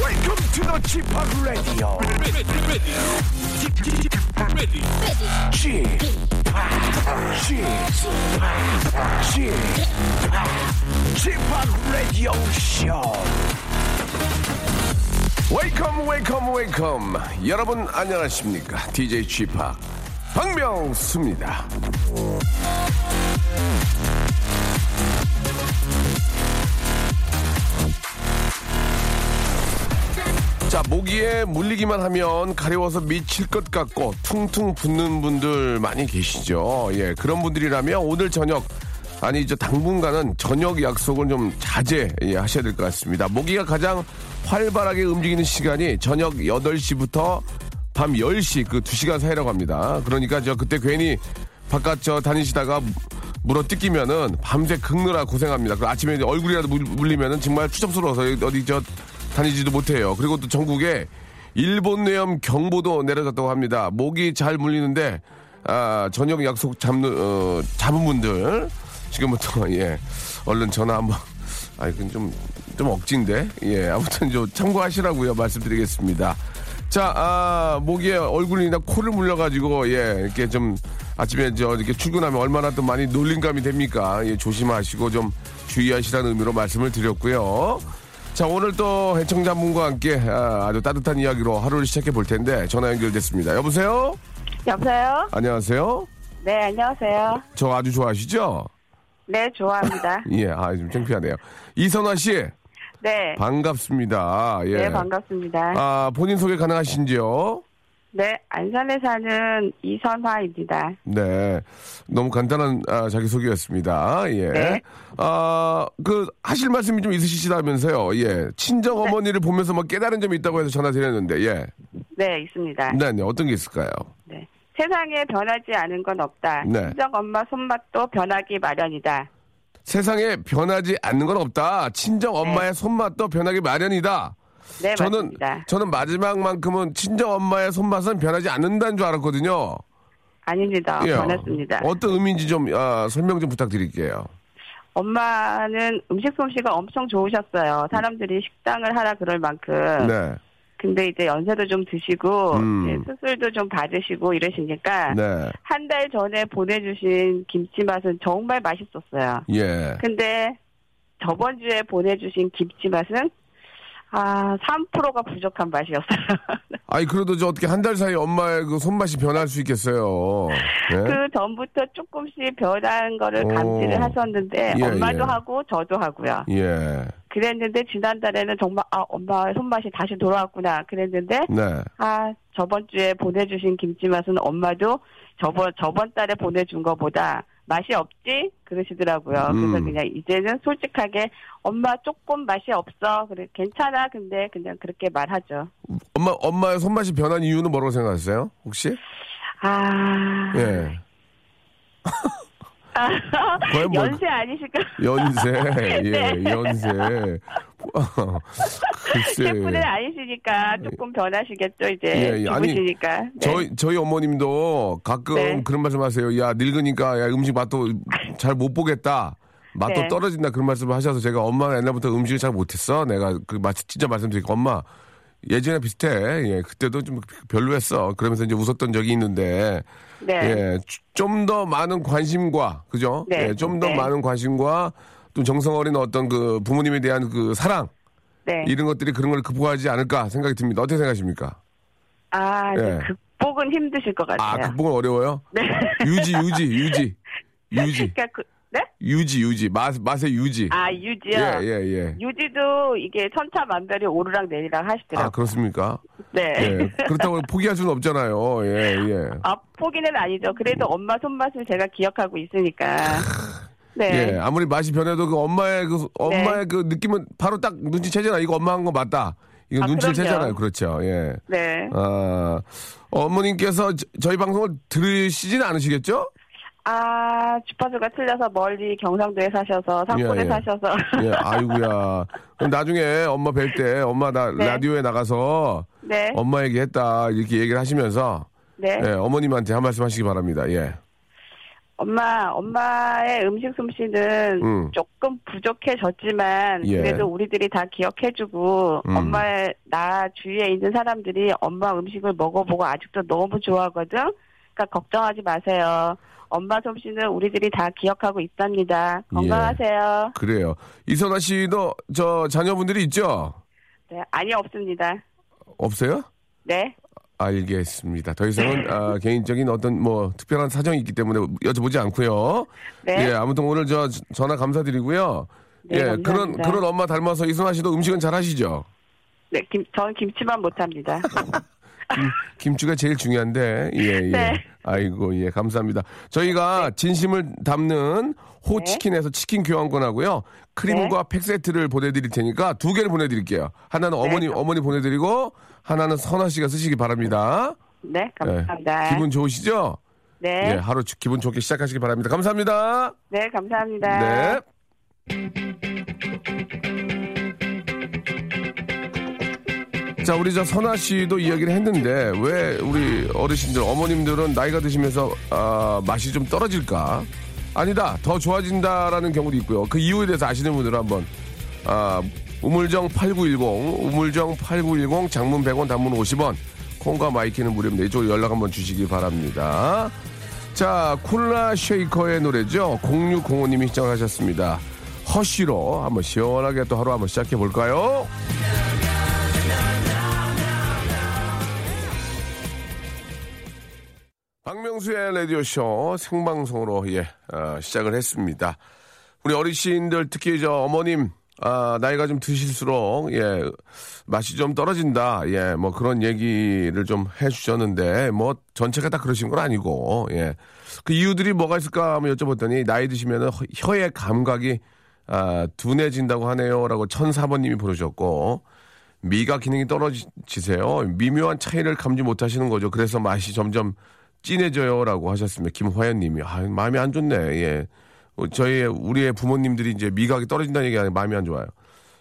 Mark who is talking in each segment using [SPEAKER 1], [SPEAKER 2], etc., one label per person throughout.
[SPEAKER 1] Welcome to the Chip Radio. Chip Chip Radio Show. Welcome, welcome, welcome. 여러분 안녕하십니까? DJ Chip 박명수입니다. 자, 모기에 물리기만 하면 가려워서 미칠 것 같고 퉁퉁 붓는 분들 많이 계시죠. 예, 그런 분들이라면 오늘 저녁 아니 이제 당분간은 저녁 약속을 좀 자제 예, 하셔야 될 것 같습니다. 모기가 가장 활발하게 움직이는 시간이 저녁 8시부터 밤 10시 그 2시간 사이라고 합니다. 그러니까 저 그때 괜히 바깥 저 다니시다가 물어 뜯기면은 밤새 긁느라 고생합니다. 그 아침에 이제 얼굴이라도 물- 물리면은 정말 추접스러워서 어디 저 다니지도 못해요. 그리고 또 전국에 일본 뇌염 경보도 내려졌다고 합니다. 목이 잘 물리는데 아, 저녁 약속 잡는 어, 잡은 분들 지금부터 예 얼른 전화 한번 아 이건 좀좀 억지인데 예 아무튼 좀 참고하시라고요 말씀드리겠습니다. 자, 아, 모기에 얼굴이나 코를 물려가지고, 예, 이렇게 좀, 아침에 저, 이렇게 출근하면 얼마나 또 많이 놀림감이 됩니까? 예, 조심하시고 좀 주의하시라는 의미로 말씀을 드렸고요. 자, 오늘 또 해청자분과 함께 아, 아주 따뜻한 이야기로 하루를 시작해 볼 텐데, 전화 연결됐습니다. 여보세요?
[SPEAKER 2] 여보세요?
[SPEAKER 1] 안녕하세요?
[SPEAKER 2] 네, 안녕하세요.
[SPEAKER 1] 저 아주 좋아하시죠?
[SPEAKER 2] 네, 좋아합니다.
[SPEAKER 1] 예, 아, 좀 창피하네요. 이선화 씨,
[SPEAKER 2] 네.
[SPEAKER 1] 반갑습니다. 아, 예.
[SPEAKER 2] 네, 반갑습니다.
[SPEAKER 1] 아, 본인 소개 가능하신지요?
[SPEAKER 2] 네, 안산에 사는 이선화입니다.
[SPEAKER 1] 네. 너무 간단한 아, 자기소개였습니다. 예.
[SPEAKER 2] 네.
[SPEAKER 1] 아, 그, 하실 말씀이 좀 있으시다면서요. 예. 친정 어머니를 보면서 막 깨달은 점이 있다고 해서 전화드렸는데, 예.
[SPEAKER 2] 네, 있습니다.
[SPEAKER 1] 네, 네. 어떤 게 있을까요?
[SPEAKER 2] 네. 세상에 변하지 않은 건 없다.
[SPEAKER 1] 네.
[SPEAKER 2] 친정 엄마 손맛도 변하기 마련이다.
[SPEAKER 1] 세상에 변하지 않는 건 없다. 친정 엄마의 손맛도 변하기 마련이다.
[SPEAKER 2] 네,
[SPEAKER 1] 저는,
[SPEAKER 2] 맞습니다.
[SPEAKER 1] 저는 마지막만큼은 친정 엄마의 손맛은 변하지 않는다는 줄 알았거든요.
[SPEAKER 2] 아닙니다.
[SPEAKER 1] 예.
[SPEAKER 2] 변했습니다.
[SPEAKER 1] 어떤 의미인지 좀 아, 설명 좀 부탁드릴게요.
[SPEAKER 2] 엄마는 음식 솜씨가 엄청 좋으셨어요. 사람들이 식당을 하라 그럴 만큼.
[SPEAKER 1] 네.
[SPEAKER 2] 근데 이제 연세도 좀 드시고
[SPEAKER 1] 음.
[SPEAKER 2] 이제 수술도 좀 받으시고 이러시니까
[SPEAKER 1] 네.
[SPEAKER 2] 한 달 전에 보내주신 김치 맛은 정말 맛있었어요.
[SPEAKER 1] 예.
[SPEAKER 2] 근데 저번 주에 보내주신 김치 맛은 아 3%가 부족한 맛이었어요.
[SPEAKER 1] 아니 그래도 저 어떻게 한 달 사이 엄마의 그 손맛이 변할 수 있겠어요. 예?
[SPEAKER 2] 그 전부터 조금씩 변한 거를
[SPEAKER 1] 오.
[SPEAKER 2] 감지를 하셨는데
[SPEAKER 1] 예,
[SPEAKER 2] 엄마도
[SPEAKER 1] 예.
[SPEAKER 2] 하고 저도 하고요.
[SPEAKER 1] 예.
[SPEAKER 2] 그랬는데 지난달에는 정말 아 엄마의 손맛이 다시 돌아왔구나 그랬는데
[SPEAKER 1] 네.
[SPEAKER 2] 아 저번 주에 보내주신 김치 맛은 엄마도 저번 저번 달에 보내준 거보다 맛이 없지 그러시더라고요.
[SPEAKER 1] 음.
[SPEAKER 2] 그래서 그냥 이제는 솔직하게 엄마 조금 맛이 없어 그래 괜찮아 근데 그냥 그렇게 말하죠.
[SPEAKER 1] 엄마 엄마의 손맛이 변한 이유는 뭐라고 생각하세요? 혹시?
[SPEAKER 2] 아
[SPEAKER 1] 예. 거의 뭐
[SPEAKER 2] 연세 아니실까?
[SPEAKER 1] 연세. 예.
[SPEAKER 2] 네.
[SPEAKER 1] 연세. 글쎄.
[SPEAKER 2] 셰프는 아니시니까 조금 변하시겠죠
[SPEAKER 1] 예,
[SPEAKER 2] 이제
[SPEAKER 1] 예. 아니,
[SPEAKER 2] 죽으시니까. 네.
[SPEAKER 1] 저희 저희 어머님도 가끔
[SPEAKER 2] 네.
[SPEAKER 1] 그런 말씀하세요. 야 늙으니까 야 음식 맛도 잘 못 보겠다. 맛도
[SPEAKER 2] 네.
[SPEAKER 1] 떨어진다 그런 말씀을 하셔서 제가 엄마는 옛날부터 음식을 잘 못했어. 내가 그맛 진짜 말씀드리고 엄마 예전에 비슷해. 예, 그때도 좀 별로였어. 그러면서 이제 웃었던 적이 있는데
[SPEAKER 2] 네.
[SPEAKER 1] 예, 좀 더 많은 관심과 그죠?
[SPEAKER 2] 네.
[SPEAKER 1] 예, 좀 더
[SPEAKER 2] 네.
[SPEAKER 1] 많은 관심과 또 정성 어린 어떤 그 부모님에 대한 그 사랑
[SPEAKER 2] 네.
[SPEAKER 1] 이런 것들이 그런 걸 극복하지 않을까 생각이 듭니다. 어떻게 생각하십니까?
[SPEAKER 2] 아 이제
[SPEAKER 1] 예.
[SPEAKER 2] 극복은 힘드실 것
[SPEAKER 1] 아,
[SPEAKER 2] 같아요.
[SPEAKER 1] 극복은 어려워요?
[SPEAKER 2] 네.
[SPEAKER 1] 유지, 유지, 유지. 유지,
[SPEAKER 2] 그러니까 그, 네?
[SPEAKER 1] 유지, 유지. 맛, 맛의 유지.
[SPEAKER 2] 아 유지요.
[SPEAKER 1] 예, 예, 예.
[SPEAKER 2] 유지도 이게 천차만별이 오르락 내리락
[SPEAKER 1] 아,
[SPEAKER 2] 하시더라고요.
[SPEAKER 1] 그렇습니까?
[SPEAKER 2] 네.
[SPEAKER 1] 예. 그렇다고 포기할 수는 없잖아요. 예, 예.
[SPEAKER 2] 아, 포기는 아니죠. 그래도 엄마 손맛을 제가 기억하고 있으니까. 네.
[SPEAKER 1] 예, 아무리 맛이 변해도 그 엄마의 그 엄마의
[SPEAKER 2] 네.
[SPEAKER 1] 그 느낌은 바로 딱 눈치 채잖아. 이거 엄마 한 거 맞다. 이거
[SPEAKER 2] 아,
[SPEAKER 1] 눈치를
[SPEAKER 2] 그럼요.
[SPEAKER 1] 채잖아요. 그렇죠. 예.
[SPEAKER 2] 네.
[SPEAKER 1] 아, 어머님께서 저- 저희 방송을 들으시진 않으시겠죠?
[SPEAKER 2] 아, 주파수가 틀려서 멀리 경상도에 사셔서 상권에
[SPEAKER 1] 예, 예.
[SPEAKER 2] 사셔서
[SPEAKER 1] 예, 아이고야. 그럼 나중에 엄마 뵐 때 엄마 나
[SPEAKER 2] 네.
[SPEAKER 1] 라디오에 나가서
[SPEAKER 2] 네.
[SPEAKER 1] 엄마 얘기했다 이렇게 얘기를 하시면서
[SPEAKER 2] 네.
[SPEAKER 1] 예, 어머님한테 한 말씀 하시기 바랍니다. 예.
[SPEAKER 2] 엄마, 엄마의 음식 솜씨는
[SPEAKER 1] 음.
[SPEAKER 2] 조금 부족해졌지만
[SPEAKER 1] 예.
[SPEAKER 2] 그래도 우리들이 다 기억해주고
[SPEAKER 1] 음.
[SPEAKER 2] 엄마의 나 주위에 있는 사람들이 엄마 음식을 먹어보고 아직도 너무 좋아하거든. 그러니까 걱정하지 마세요. 엄마 솜씨는 우리들이 다 기억하고 있답니다. 건강하세요.
[SPEAKER 1] 그래요. 이선아 씨도 저 자녀분들이 있죠?
[SPEAKER 2] 네, 아니 없습니다.
[SPEAKER 1] 없어요?
[SPEAKER 2] 네,
[SPEAKER 1] 알겠습니다. 더 이상은 아, 개인적인 어떤 뭐 특별한 사정이 있기 때문에 여쭤보지 않고요.
[SPEAKER 2] 네.
[SPEAKER 1] 예, 아무튼 오늘 저 전화 감사드리고요.
[SPEAKER 2] 네,
[SPEAKER 1] 예,
[SPEAKER 2] 감사합니다.
[SPEAKER 1] 그런 그런 엄마 닮아서 이선아 씨도 음식은 잘 하시죠?
[SPEAKER 2] 네, 김, 저는 김치만 못합니다.
[SPEAKER 1] 김치가 제일 중요한데 예 예.
[SPEAKER 2] 네.
[SPEAKER 1] 아이고 예 감사합니다. 저희가 진심을 담는
[SPEAKER 2] 네.
[SPEAKER 1] 호치킨에서 치킨 교환권하고요 크림과 팩 세트를 보내드릴 테니까 두 개를 보내드릴게요. 하나는
[SPEAKER 2] 네.
[SPEAKER 1] 어머니 어머니 보내드리고 하나는 선아 씨가 쓰시기 바랍니다.
[SPEAKER 2] 네,
[SPEAKER 1] 예.
[SPEAKER 2] 감사합니다.
[SPEAKER 1] 기분 좋으시죠? 예
[SPEAKER 2] 네,
[SPEAKER 1] 하루 주- 기분 좋게 시작하시기 바랍니다. 감사합니다.
[SPEAKER 2] 네, 감사합니다.
[SPEAKER 1] 네. 자, 우리 저 선아 씨도 이야기를 했는데 왜 우리 어르신들, 어머님들은 나이가 드시면서 아, 맛이 좀 떨어질까? 아니다, 더 좋아진다라는 경우도 있고요. 그 이유에 대해서 아시는 분들은 한번 아, 우물정 8910, 우물정 8910, 장문 100원, 단문 50원, 콩과 마이키는 무료입니다. 이쪽으로 연락 한번 주시기 바랍니다. 자, 콜라 쉐이커의 노래죠. 0605님이 시청하셨습니다. 허쉬로 한번 시원하게 또 하루 한번 시작해 볼까요? 박명수의 라디오쇼 생방송으로 예, 아, 시작을 했습니다. 우리 어르신들 특히 저 어머님 아, 나이가 좀 드실수록 예, 맛이 좀 떨어진다. 예, 뭐 그런 얘기를 좀 해주셨는데 뭐 전체가 다 그러신 건 아니고 예, 그 이유들이 뭐가 있을까 한번 여쭤봤더니 나이 드시면 혀의 감각이 아, 둔해진다고 하네요라고 1004번님이 보내셨고 미각 기능이 떨어지세요. 미묘한 차이를 감지 못하시는 거죠. 그래서 맛이 점점 진해져요라고 하셨습니다. 김화연님이 아, 마음이 안 좋네. 예, 어, 저희 우리의 부모님들이 이제 미각이 떨어진다는 얘기가 아니라 마음이 안 좋아요.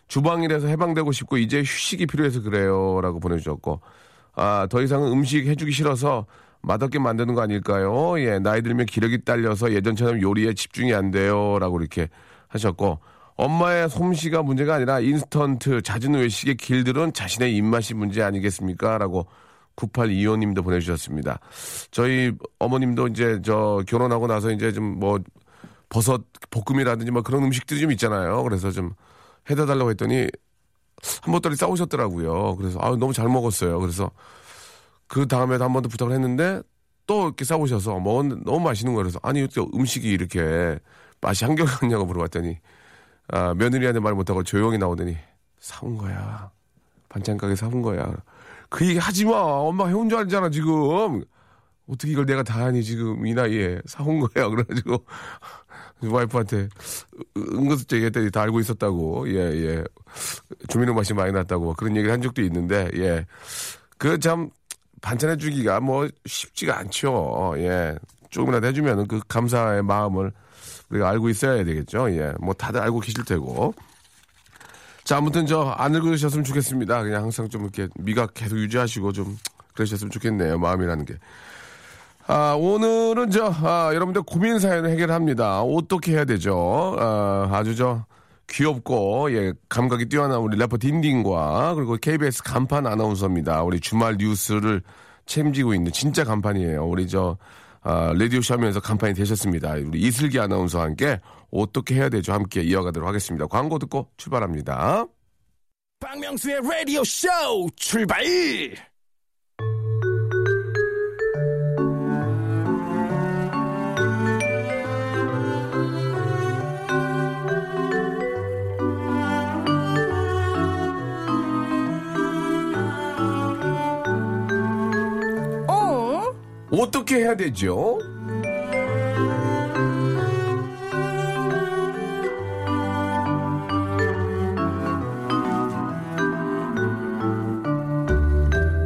[SPEAKER 1] 주방일에서 해방되고 싶고 이제 휴식이 필요해서 그래요라고 보내주셨고 아, 더 이상은 음식 해주기 싫어서 맛없게 만드는 거 아닐까요? 예, 나이 들면 기력이 딸려서 예전처럼 요리에 집중이 안 돼요. 라고 이렇게 하셨고, 엄마의 솜씨가 문제가 아니라 인스턴트, 잦은 외식의 길들은 자신의 입맛이 문제 아니겠습니까? 라고 9825님도 보내주셨습니다. 저희 어머님도 이제 저 결혼하고 나서 이제 좀 뭐, 버섯 볶음이라든지 뭐 그런 음식들이 좀 있잖아요. 그래서 좀 해다 달라고 했더니 한 번더리 싸우셨더라고요. 그래서 아 너무 잘 먹었어요. 그래서 그 다음에도 한 번 더 부탁을 했는데 또 이렇게 싸우셔서 먹었는데 너무 맛있는 거예요. 그래서 아니 어떻게 음식이 이렇게 맛이 한결같냐고 물어봤더니 아, 며느리한테 말 못하고 조용히 나오더니 사온 거야. 반찬 가게 사온 거야. 그 얘기 하지 마. 엄마 해온 줄 알잖아 지금. 어떻게 이걸 내가 다 하니 지금 이 나이에 사온 거야. 그래가지고 그 와이프한테 은근슬쩍 얘기했더니 다 알고 있었다고. 예, 예. 조미료 맛이 많이 났다고 막 그런 얘기를 한 적도 있는데, 예. 그 참 반찬해 주기가 뭐 쉽지가 않죠. 예. 조금이라도 해주면은 그 감사의 마음을 우리가 알고 있어야 되겠죠. 예. 뭐 다들 알고 계실 테고. 자, 아무튼 저 안 읽으셨으면 좋겠습니다. 그냥 항상 좀 이렇게 미각 계속 유지하시고 좀 그러셨으면 좋겠네요. 마음이라는 게. 아, 오늘은 저, 아, 여러분들 고민 사연을 해결합니다. 어떻게 해야 되죠? 아, 아주 저, 귀엽고, 예, 감각이 뛰어난 우리 래퍼 딘딘과, 그리고 KBS 간판 아나운서입니다. 우리 주말 뉴스를 책임지고 있는 진짜 간판이에요. 우리 저, 아, 라디오쇼 하면서 간판이 되셨습니다. 우리 이슬기 아나운서와 함께 어떻게 해야 되죠? 함께 이어가도록 하겠습니다. 광고 듣고 출발합니다.
[SPEAKER 3] 박명수의 라디오 쇼 출발!
[SPEAKER 1] 어떻게 해야 되죠?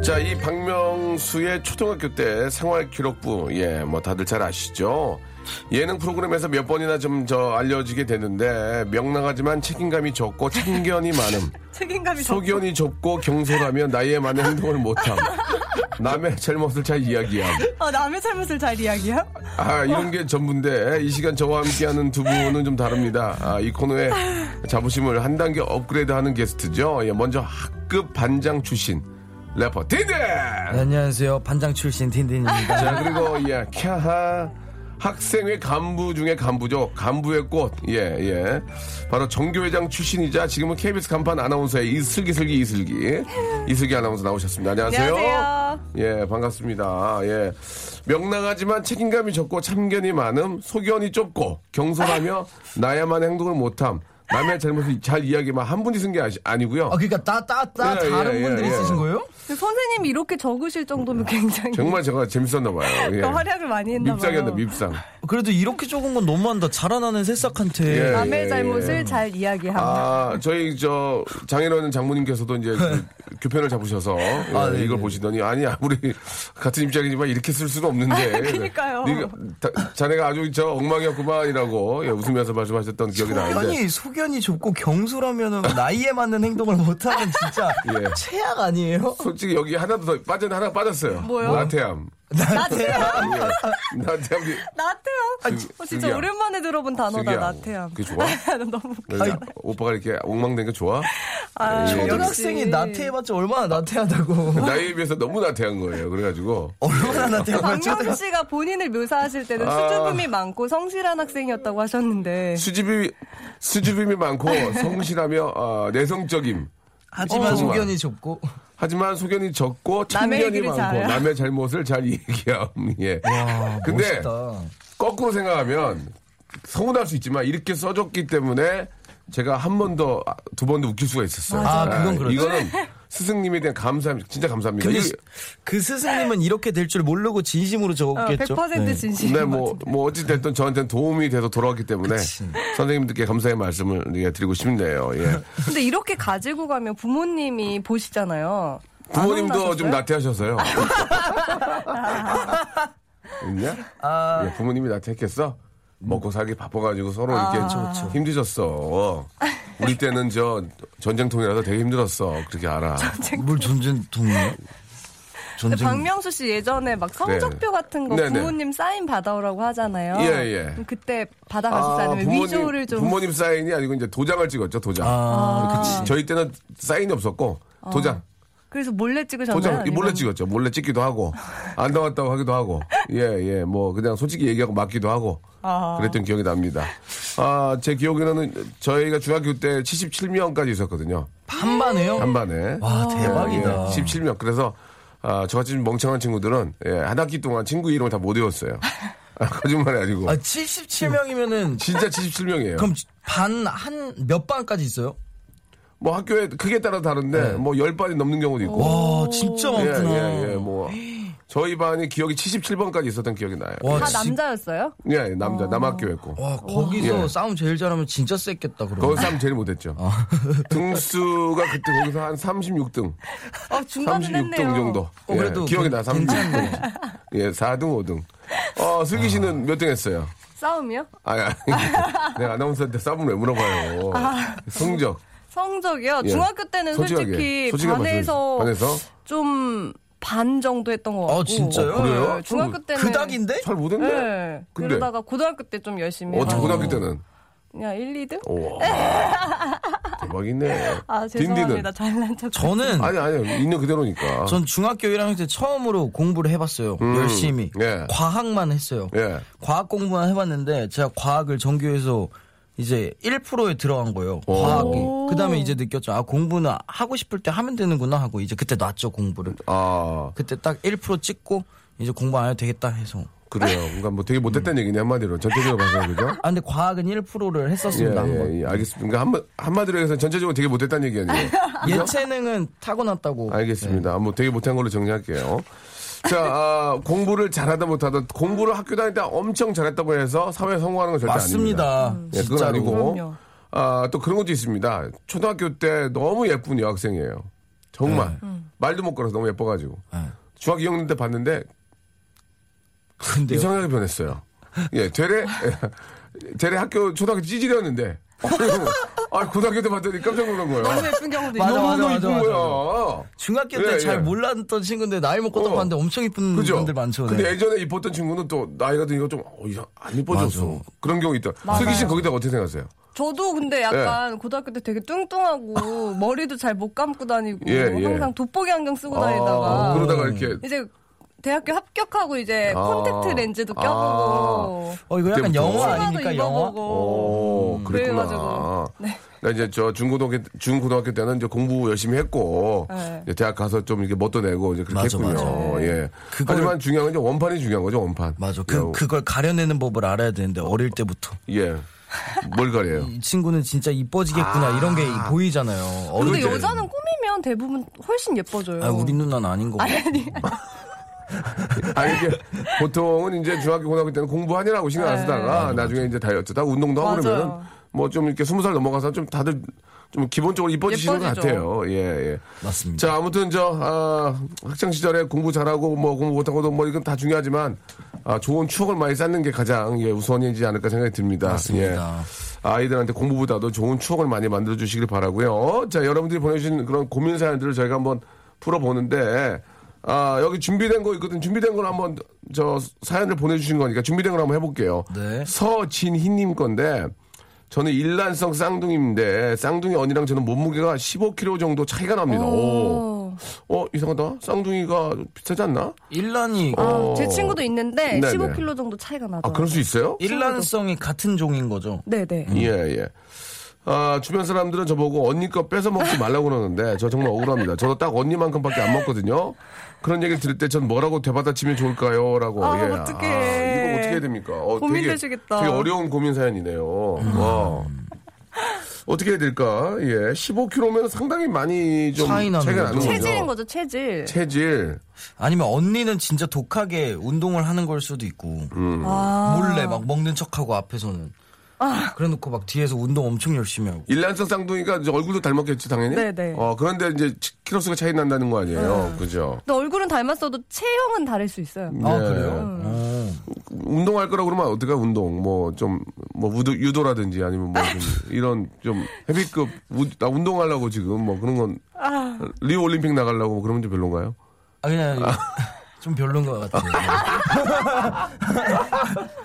[SPEAKER 1] 자, 이 박명수의 초등학교 때 생활 기록부, 예, 뭐 다들 잘 아시죠? 예능 프로그램에서 몇 번이나 좀 저 알려지게 되는데 명랑하지만 책임감이 적고 참견이 많음.
[SPEAKER 4] 책임감이
[SPEAKER 1] 소견이 좁고 경솔하며 나이에 맞는 행동을 못함. 남의 잘못을 잘 이야기함.
[SPEAKER 4] 어, 남의 잘못을 잘 이야기야?
[SPEAKER 1] 아, 이런 게 전부인데, 이 시간 저와 함께하는 두 분은 좀 다릅니다. 아, 이 코너에 자부심을 한 단계 업그레이드 하는 게스트죠. 예, 먼저 학급 반장 출신 래퍼 딘딘!
[SPEAKER 5] 네, 안녕하세요. 반장 출신 딘딘입니다.
[SPEAKER 1] 자, 그리고, 예, 캬하. 학생회 간부 중에 간부죠. 간부의 꽃. 예, 예. 바로 정교회장 출신이자 지금은 KBS 간판 아나운서의 이슬기슬기 이슬기. 이슬기 아나운서 나오셨습니다.
[SPEAKER 4] 안녕하세요.
[SPEAKER 1] 예, 반갑습니다. 예. 명랑하지만 책임감이 적고 참견이 많음, 소견이 좁고, 경솔하며 나야만 행동을 못함, 남의 잘못을 잘 이야기만 한 분이 쓴 게 아니, 고요
[SPEAKER 4] 어,
[SPEAKER 5] 아, 그러니까 따 따 따
[SPEAKER 1] 예, 예,
[SPEAKER 5] 다른
[SPEAKER 1] 예,
[SPEAKER 5] 분들이
[SPEAKER 1] 예.
[SPEAKER 5] 쓰신 거예요?
[SPEAKER 4] 선생님이 이렇게 적으실 정도면 굉장히
[SPEAKER 1] 정말 제가 재밌었나 봐요. 예.
[SPEAKER 4] 더 활약을 많이 했나 그 봐요.
[SPEAKER 1] 밉상이었나, 밉상.
[SPEAKER 5] 그래도 이렇게 적은 건 너무한다. 자라나는
[SPEAKER 1] 예,
[SPEAKER 5] 새싹한테.
[SPEAKER 1] 예,
[SPEAKER 4] 남의
[SPEAKER 1] 예.
[SPEAKER 4] 잘못을 잘 이야기하고
[SPEAKER 1] 아, 저희 저 장인어른 장모님께서도 이제 그 교편을 잡으셔서
[SPEAKER 5] 아,
[SPEAKER 1] 예,
[SPEAKER 5] 네네.
[SPEAKER 1] 이걸 보시더니 아니 아무리 같은 입장이지만 이렇게 쓸 수는 없는데.
[SPEAKER 4] 아, 그러니까요.
[SPEAKER 1] 네가- 다- 자네가 아주 저 엉망이었구만이라고 예, 웃으면서 말씀하셨던 기억이 나는데.
[SPEAKER 5] 소견이 소견이 좁고 경솔하면은 나이에 맞는 행동을 못하면 진짜
[SPEAKER 1] 예.
[SPEAKER 5] 최악 아니에요?
[SPEAKER 1] 솔직히 여기 하나 더 빠진 하나 빠졌어요.
[SPEAKER 4] 뭐요? 아.
[SPEAKER 1] 나태함.
[SPEAKER 5] 나태야.
[SPEAKER 1] 예. 나태함이
[SPEAKER 4] 나태함.
[SPEAKER 1] 지-
[SPEAKER 4] 어, 진짜
[SPEAKER 1] 슬기야.
[SPEAKER 4] 오랜만에 들어본 단어다
[SPEAKER 1] 슬기야,
[SPEAKER 4] 나태함.
[SPEAKER 1] 그게 좋아?
[SPEAKER 4] 너무 웃겨.
[SPEAKER 5] 예.
[SPEAKER 1] 나- 오빠가 이렇게 엉망된 게 좋아?
[SPEAKER 4] 아,
[SPEAKER 1] 예.
[SPEAKER 5] 초등학생이
[SPEAKER 4] 역시.
[SPEAKER 5] 나태해봤자 얼마나 나태하다고.
[SPEAKER 1] 나이에 비해서 너무 나태한 거예요. 그래가지고
[SPEAKER 5] 얼마나
[SPEAKER 4] 박명수
[SPEAKER 5] 나태해봤자.
[SPEAKER 4] 씨가 본인을 묘사하실 때는
[SPEAKER 1] 아.
[SPEAKER 4] 수줍음이 많고 성실한 학생이었다고 하셨는데
[SPEAKER 1] 수줍음이 수줍음이 많고 성실하며 어, 내성적임.
[SPEAKER 5] 하지만
[SPEAKER 1] 어.
[SPEAKER 5] 소견이 좁고.
[SPEAKER 1] 하지만 소견이 적고
[SPEAKER 4] 남의
[SPEAKER 1] 참견이
[SPEAKER 4] 얘기를
[SPEAKER 1] 많고
[SPEAKER 4] 잘해요.
[SPEAKER 1] 남의 잘못을 잘 얘기함. 예.
[SPEAKER 5] 아,
[SPEAKER 1] 근데
[SPEAKER 5] 멋있다.
[SPEAKER 1] 거꾸로 생각하면 서운할 수 있지만 이렇게 써줬기 때문에 제가 한 번 더 두 번 더 웃길 수가 있었어요. 네.
[SPEAKER 5] 맞아요. 아, 그건 그렇죠.
[SPEAKER 1] 이거는 스승님에 대한 감사합니다. 진짜 감사합니다.
[SPEAKER 5] 근데
[SPEAKER 1] 이거-
[SPEAKER 5] 그 스승님은 이렇게 될 줄 모르고 진심으로
[SPEAKER 4] 어,
[SPEAKER 5] 적었겠죠?
[SPEAKER 4] 100%
[SPEAKER 5] 네.
[SPEAKER 4] 진심.
[SPEAKER 1] 네, 뭐, 뭐, 어찌됐든 저한테는 도움이 돼서 돌아왔기 때문에 선생님들께 감사의 말씀을 예, 드리고 싶네요. 예.
[SPEAKER 4] 근데 이렇게 가지고 가면 부모님이 보시잖아요. 안
[SPEAKER 1] 부모님도 좀
[SPEAKER 4] 혼나셨어요?
[SPEAKER 1] 나태하셔서요. 있냐?
[SPEAKER 5] 아.
[SPEAKER 1] 예, 부모님이 나태했겠어? 먹고 살기 바빠가지고
[SPEAKER 4] 아,
[SPEAKER 1] 서로 이렇게
[SPEAKER 4] 그렇죠,
[SPEAKER 1] 힘드셨어. 우리 때는 저 전쟁통이라서 되게 힘들었어. 그렇게 알아.
[SPEAKER 5] 뭘 전쟁 동료?
[SPEAKER 4] 근데
[SPEAKER 5] 전쟁.
[SPEAKER 4] 박명수 씨 예전에 막 성적표 같은 거
[SPEAKER 1] 네, 네.
[SPEAKER 4] 부모님 사인 받아오라고 하잖아요.
[SPEAKER 1] 예, 예.
[SPEAKER 4] 그럼 그때 받아가셨어요? 아, 니면 위조를 좀.
[SPEAKER 1] 부모님 사인이 아니고 이제 도장을 찍었죠, 도장.
[SPEAKER 5] 아,
[SPEAKER 1] 저희 때는 사인이 없었고
[SPEAKER 4] 어.
[SPEAKER 1] 도장.
[SPEAKER 4] 그래서 몰래 찍으셨나요?
[SPEAKER 1] 도장
[SPEAKER 4] 아니면-
[SPEAKER 1] 몰래 찍었죠. 몰래 찍기도 하고 안 나왔다고 하기도 하고 예 예 뭐 그냥 솔직히 얘기하고 맞기도 하고
[SPEAKER 4] 아.
[SPEAKER 1] 그랬던 기억이 납니다. 아 제 기억에는 저희가 중학교 때 77명까지 있었거든요.
[SPEAKER 5] 반반해요?
[SPEAKER 1] 한반에
[SPEAKER 4] 아.
[SPEAKER 5] 와, 대박이다.
[SPEAKER 1] 17명. 그래서 아, 저같이 좀 멍청한 친구들은 예, 한 학기 동안 친구 이름을 다 못 외웠어요. 아, 거짓말이 아니고
[SPEAKER 5] 아, 77명이면은
[SPEAKER 1] 진짜 77명이에요.
[SPEAKER 5] 그럼 반 한 몇 반까지 있어요?
[SPEAKER 1] 뭐 학교에 크게 따라
[SPEAKER 5] 네.
[SPEAKER 1] 다른데 뭐 열 반이 넘는 경우도 있고.
[SPEAKER 5] 와, 진짜 많구나.
[SPEAKER 1] 예, 예, 예, 뭐. 저희 반이 기억이 77번까지 있었던 기억이 나요.
[SPEAKER 5] 와,
[SPEAKER 4] 다
[SPEAKER 5] 지-
[SPEAKER 4] 남자였어요?
[SPEAKER 1] 예, 예, 남자, 남학교였고.
[SPEAKER 4] 어.
[SPEAKER 5] 와, 거기서
[SPEAKER 1] 예.
[SPEAKER 5] 싸움 제일 잘하면 진짜 쎘겠다 그러면.
[SPEAKER 1] 거기서 싸움 제일 못했죠.
[SPEAKER 4] 어.
[SPEAKER 1] 등수가 그때 거기서 한 36등,
[SPEAKER 4] 어, 중간은
[SPEAKER 1] 36등
[SPEAKER 4] 했네요.
[SPEAKER 1] 정도.
[SPEAKER 5] 어, 그래도
[SPEAKER 1] 예, 기억이
[SPEAKER 5] 괜-
[SPEAKER 1] 나, 36등. 예, 4등, 5등. 어, 슬기 씨는 몇 등 했어요?
[SPEAKER 4] 싸움이요?
[SPEAKER 1] 아니, 아니. 내가 아나운서한테 싸움을 왜 물어봐요. 성적.
[SPEAKER 4] 성적이요?
[SPEAKER 1] 예.
[SPEAKER 4] 아, 중학교 때는
[SPEAKER 1] 솔직하게.
[SPEAKER 4] 솔직히
[SPEAKER 1] 솔직하게
[SPEAKER 4] 반에서,
[SPEAKER 1] 말씀해 주세요.
[SPEAKER 4] 좀 반 정도 했던 것 같고.
[SPEAKER 5] 아, 진짜요?
[SPEAKER 1] 어, 그래요?
[SPEAKER 4] 네, 중학교 때는.
[SPEAKER 5] 그닥인데?
[SPEAKER 1] 잘 못했네?
[SPEAKER 4] 네.
[SPEAKER 1] 근데?
[SPEAKER 4] 그러다가 고등학교 때 좀 열심히.
[SPEAKER 1] 어떻게
[SPEAKER 4] 해가지고
[SPEAKER 1] 고등학교 때는?
[SPEAKER 4] 그냥 1, 2등?
[SPEAKER 1] 우와. 대박이네.
[SPEAKER 4] 아,
[SPEAKER 1] 딘딘은?
[SPEAKER 4] 죄송합니다. 잘난 척.
[SPEAKER 5] 저는
[SPEAKER 1] 아니, 아니, 있는 그대로니까.
[SPEAKER 5] 전 중학교 1학년 때 처음으로 공부를 해봤어요. 열심히.
[SPEAKER 1] 예.
[SPEAKER 5] 과학만 했어요.
[SPEAKER 1] 예.
[SPEAKER 5] 과학 공부만 해봤는데 제가 과학을 전교에서 이제 1%에 들어간 거예요. 과학이. 그 다음에 이제 느꼈죠. 아, 공부는 하고 싶을 때 하면 되는구나 하고 이제 그때 놨죠, 공부를.
[SPEAKER 1] 아,
[SPEAKER 5] 그때 딱 1% 찍고 이제 공부 안 해도 되겠다 해서.
[SPEAKER 1] 그래요. 그러니까 뭐 되게 못했다는 얘기네, 한마디로. 전체적으로 봐서, 그죠?
[SPEAKER 5] 아, 근데 과학은 1%를
[SPEAKER 1] 예,
[SPEAKER 5] 했었습니다. 한 번.
[SPEAKER 1] 예, 예, 알겠습니다. 그러니까 한마, 한마디로 해서 전체적으로 되게 못했다는 얘기 아니에요?
[SPEAKER 5] 예체능은 타고났다고.
[SPEAKER 1] 알겠습니다. 아, 뭐 되게 못한 걸로 정리할게요. 자, 아, 공부를 잘하다 못하다, 공부를 학교 다닐 때 엄청 잘했다고 해서 사회에 성공하는 건 절대 아닙니다.
[SPEAKER 5] 맞습니다.
[SPEAKER 1] 예, 그건
[SPEAKER 5] 진짜로.
[SPEAKER 1] 아니고.
[SPEAKER 4] 그럼요.
[SPEAKER 5] 네.
[SPEAKER 1] 아, 또 그런 것도 있습니다. 초등학교 때 너무 예쁜 여학생이에요. 정말. 말도 못 걸어서 너무 예뻐가지고. 중학교 2학년 때 봤는데
[SPEAKER 5] 근데
[SPEAKER 1] 이상하게 변했어요. 예, 되레 예, 되레 학교 초등학교 찌질이었는데. 아 고등학교 때 봤더니 깜짝 놀란
[SPEAKER 4] 너무
[SPEAKER 1] 거예요.
[SPEAKER 4] 예쁜 경우도
[SPEAKER 5] 맞아,
[SPEAKER 4] 있어요.
[SPEAKER 5] 맞아.
[SPEAKER 1] 너무 이쁜
[SPEAKER 5] 맞아.
[SPEAKER 1] 거야.
[SPEAKER 5] 중학교
[SPEAKER 1] 예,
[SPEAKER 5] 때 잘
[SPEAKER 1] 예.
[SPEAKER 5] 몰랐던 친구인데 나이 먹고 딱
[SPEAKER 1] 어.
[SPEAKER 5] 봤는데 엄청 이쁜
[SPEAKER 1] 그죠?
[SPEAKER 5] 분들 많죠.
[SPEAKER 1] 근데
[SPEAKER 5] 네.
[SPEAKER 1] 예전에 이뻤던 친구는 또 나이가 드니까 좀, 어, 이상, 안 이뻐졌어.
[SPEAKER 5] 맞아.
[SPEAKER 1] 그런 경우 있다. 슬기 씨는 거기다가 어떻게 생각하세요?
[SPEAKER 4] 저도
[SPEAKER 1] 예.
[SPEAKER 4] 근데 약간 고등학교 때 되게 뚱뚱하고 머리도 잘 못 감고 다니고
[SPEAKER 1] 예, 예.
[SPEAKER 4] 항상 돋보기 안경 쓰고
[SPEAKER 1] 아,
[SPEAKER 4] 다니다가
[SPEAKER 1] 그러다가 이렇게.
[SPEAKER 4] 이제 대학교 합격하고 이제
[SPEAKER 1] 아.
[SPEAKER 4] 콘택트 렌즈도 껴보고
[SPEAKER 5] 어 이거 약간
[SPEAKER 1] 그때부터.
[SPEAKER 5] 영화
[SPEAKER 4] 치마도
[SPEAKER 5] 아닙니까 영화?
[SPEAKER 4] 입어보고
[SPEAKER 5] 음.
[SPEAKER 1] 오, 그랬구나.
[SPEAKER 4] 그래가지고, 네.
[SPEAKER 1] 나 이제 저 중고등학교, 중고등학교 때는 이제 공부 열심히 했고,
[SPEAKER 4] 네.
[SPEAKER 1] 이제 대학 가서 좀 이렇게 멋도 내고, 이제 그렇게
[SPEAKER 5] 맞아,
[SPEAKER 1] 했군요.
[SPEAKER 5] 맞아. 네.
[SPEAKER 1] 예.
[SPEAKER 5] 그걸-
[SPEAKER 1] 하지만 중요한 건 이제 원판이 중요한 거죠, 원판.
[SPEAKER 5] 맞아. 그
[SPEAKER 1] 예.
[SPEAKER 5] 그걸 가려내는 법을 알아야 되는데 어릴 때부터
[SPEAKER 1] 예. 뭘 가려요?
[SPEAKER 5] 이 친구는 진짜 이뻐지겠구나
[SPEAKER 1] 아.
[SPEAKER 5] 이런 게 보이잖아요. 어릴
[SPEAKER 4] 근데
[SPEAKER 5] 때.
[SPEAKER 4] 여자는 꾸미면 대부분 훨씬 예뻐져요.
[SPEAKER 5] 아 우리 누나는 아닌 거고.
[SPEAKER 1] 아, 이게 보통은 이제 중학교, 고등학교 때는 공부하느라고 신경 안 쓰다가 나중에 이제 다이어트, 다 운동도 하고
[SPEAKER 4] 네. 맞아요.
[SPEAKER 1] 그러면은 뭐 좀 이렇게 스무 살 넘어가서 좀 다들 좀 기본적으로 이뻐지시는 것
[SPEAKER 4] 예뻐지죠.
[SPEAKER 1] 같아요. 예, 예.
[SPEAKER 5] 맞습니다.
[SPEAKER 1] 자, 아무튼 저, 아, 학창시절에 공부 잘하고 뭐 공부 못하고도 뭐 이건 다 중요하지만 아, 좋은 추억을 많이 쌓는 게 가장 예, 우선이지 않을까 생각이 듭니다.
[SPEAKER 5] 맞습니다.
[SPEAKER 1] 예. 아이들한테 공부보다도 좋은 추억을 많이 만들어 주시길 바라고요. 자, 여러분들이 보내주신 그런 고민 사연들을 저희가 한번 풀어보는데 아, 여기 준비된 거 있거든. 준비된 걸 한번 저 사연을 보내주신 거니까 준비된 걸 한번 해볼게요.
[SPEAKER 5] 네.
[SPEAKER 1] 서진희님 건데 저는 일란성 쌍둥이인데 쌍둥이 언니랑 저는 몸무게가 15kg 정도 차이가 납니다. 오.
[SPEAKER 4] 어.
[SPEAKER 1] 어 이상하다. 쌍둥이가 비슷하지 않나?
[SPEAKER 5] 일란이
[SPEAKER 1] 어,
[SPEAKER 4] 아, 제 친구도 있는데
[SPEAKER 1] 네네.
[SPEAKER 4] 15kg 정도 차이가 나죠.
[SPEAKER 1] 아 그럴 수 있어요?
[SPEAKER 5] 일란성이 같은 종인 거죠.
[SPEAKER 4] 네네.
[SPEAKER 1] 예 예. 아 주변 사람들은 저보고 언니 거 뺏어 먹지 말라고 그러는데 저 정말 억울합니다. 저도 딱 언니만큼밖에 안 먹거든요. 그런 얘기를 들을 때 전 뭐라고 되받아치면 좋을까요?라고.
[SPEAKER 4] 아,
[SPEAKER 1] 예.
[SPEAKER 4] 어떡해.
[SPEAKER 1] 아, 이거 어떻게 해야 됩니까? 어,
[SPEAKER 4] 고민되시겠다.
[SPEAKER 1] 되게, 되게 어려운 고민 사연이네요. 와. 어떻게 해야 될까? 예, 15kg면 상당히 많이 좀
[SPEAKER 5] 차이 나는
[SPEAKER 1] 차이가 나는
[SPEAKER 5] 거죠.
[SPEAKER 1] 거죠.
[SPEAKER 4] 체질인 거죠, 체질.
[SPEAKER 1] 체질.
[SPEAKER 5] 아니면 언니는 진짜 독하게 운동을 하는 걸 수도 있고
[SPEAKER 1] 음.
[SPEAKER 4] 아.
[SPEAKER 5] 몰래 막 먹는 척하고 앞에서는
[SPEAKER 1] 아.
[SPEAKER 5] 그래놓고 막 뒤에서 운동 엄청 열심히 하고
[SPEAKER 1] 일란성 쌍둥이가 이제 얼굴도 닮았겠지 당연히.
[SPEAKER 4] 네네. 네.
[SPEAKER 1] 어 그런데 이제 키로수가 차이 난다는 거 아니에요. 그죠.
[SPEAKER 4] 근데 얼굴은 닮았어도 체형은 다를 수 있어요.
[SPEAKER 5] 아
[SPEAKER 1] 네.
[SPEAKER 5] 그래요? 어.
[SPEAKER 1] 운동할 거라 그러면 어떡해 운동 뭐 좀 뭐 유도라든지 아니면 뭐 좀 이런 좀 헤비급 우- 나 운동하려고 지금 뭐 그런 건
[SPEAKER 4] 아.
[SPEAKER 1] 리오 올림픽 나가려고 뭐 그러면 좀 별론가요?
[SPEAKER 5] 아 그냥 좀 별론 것 같아요.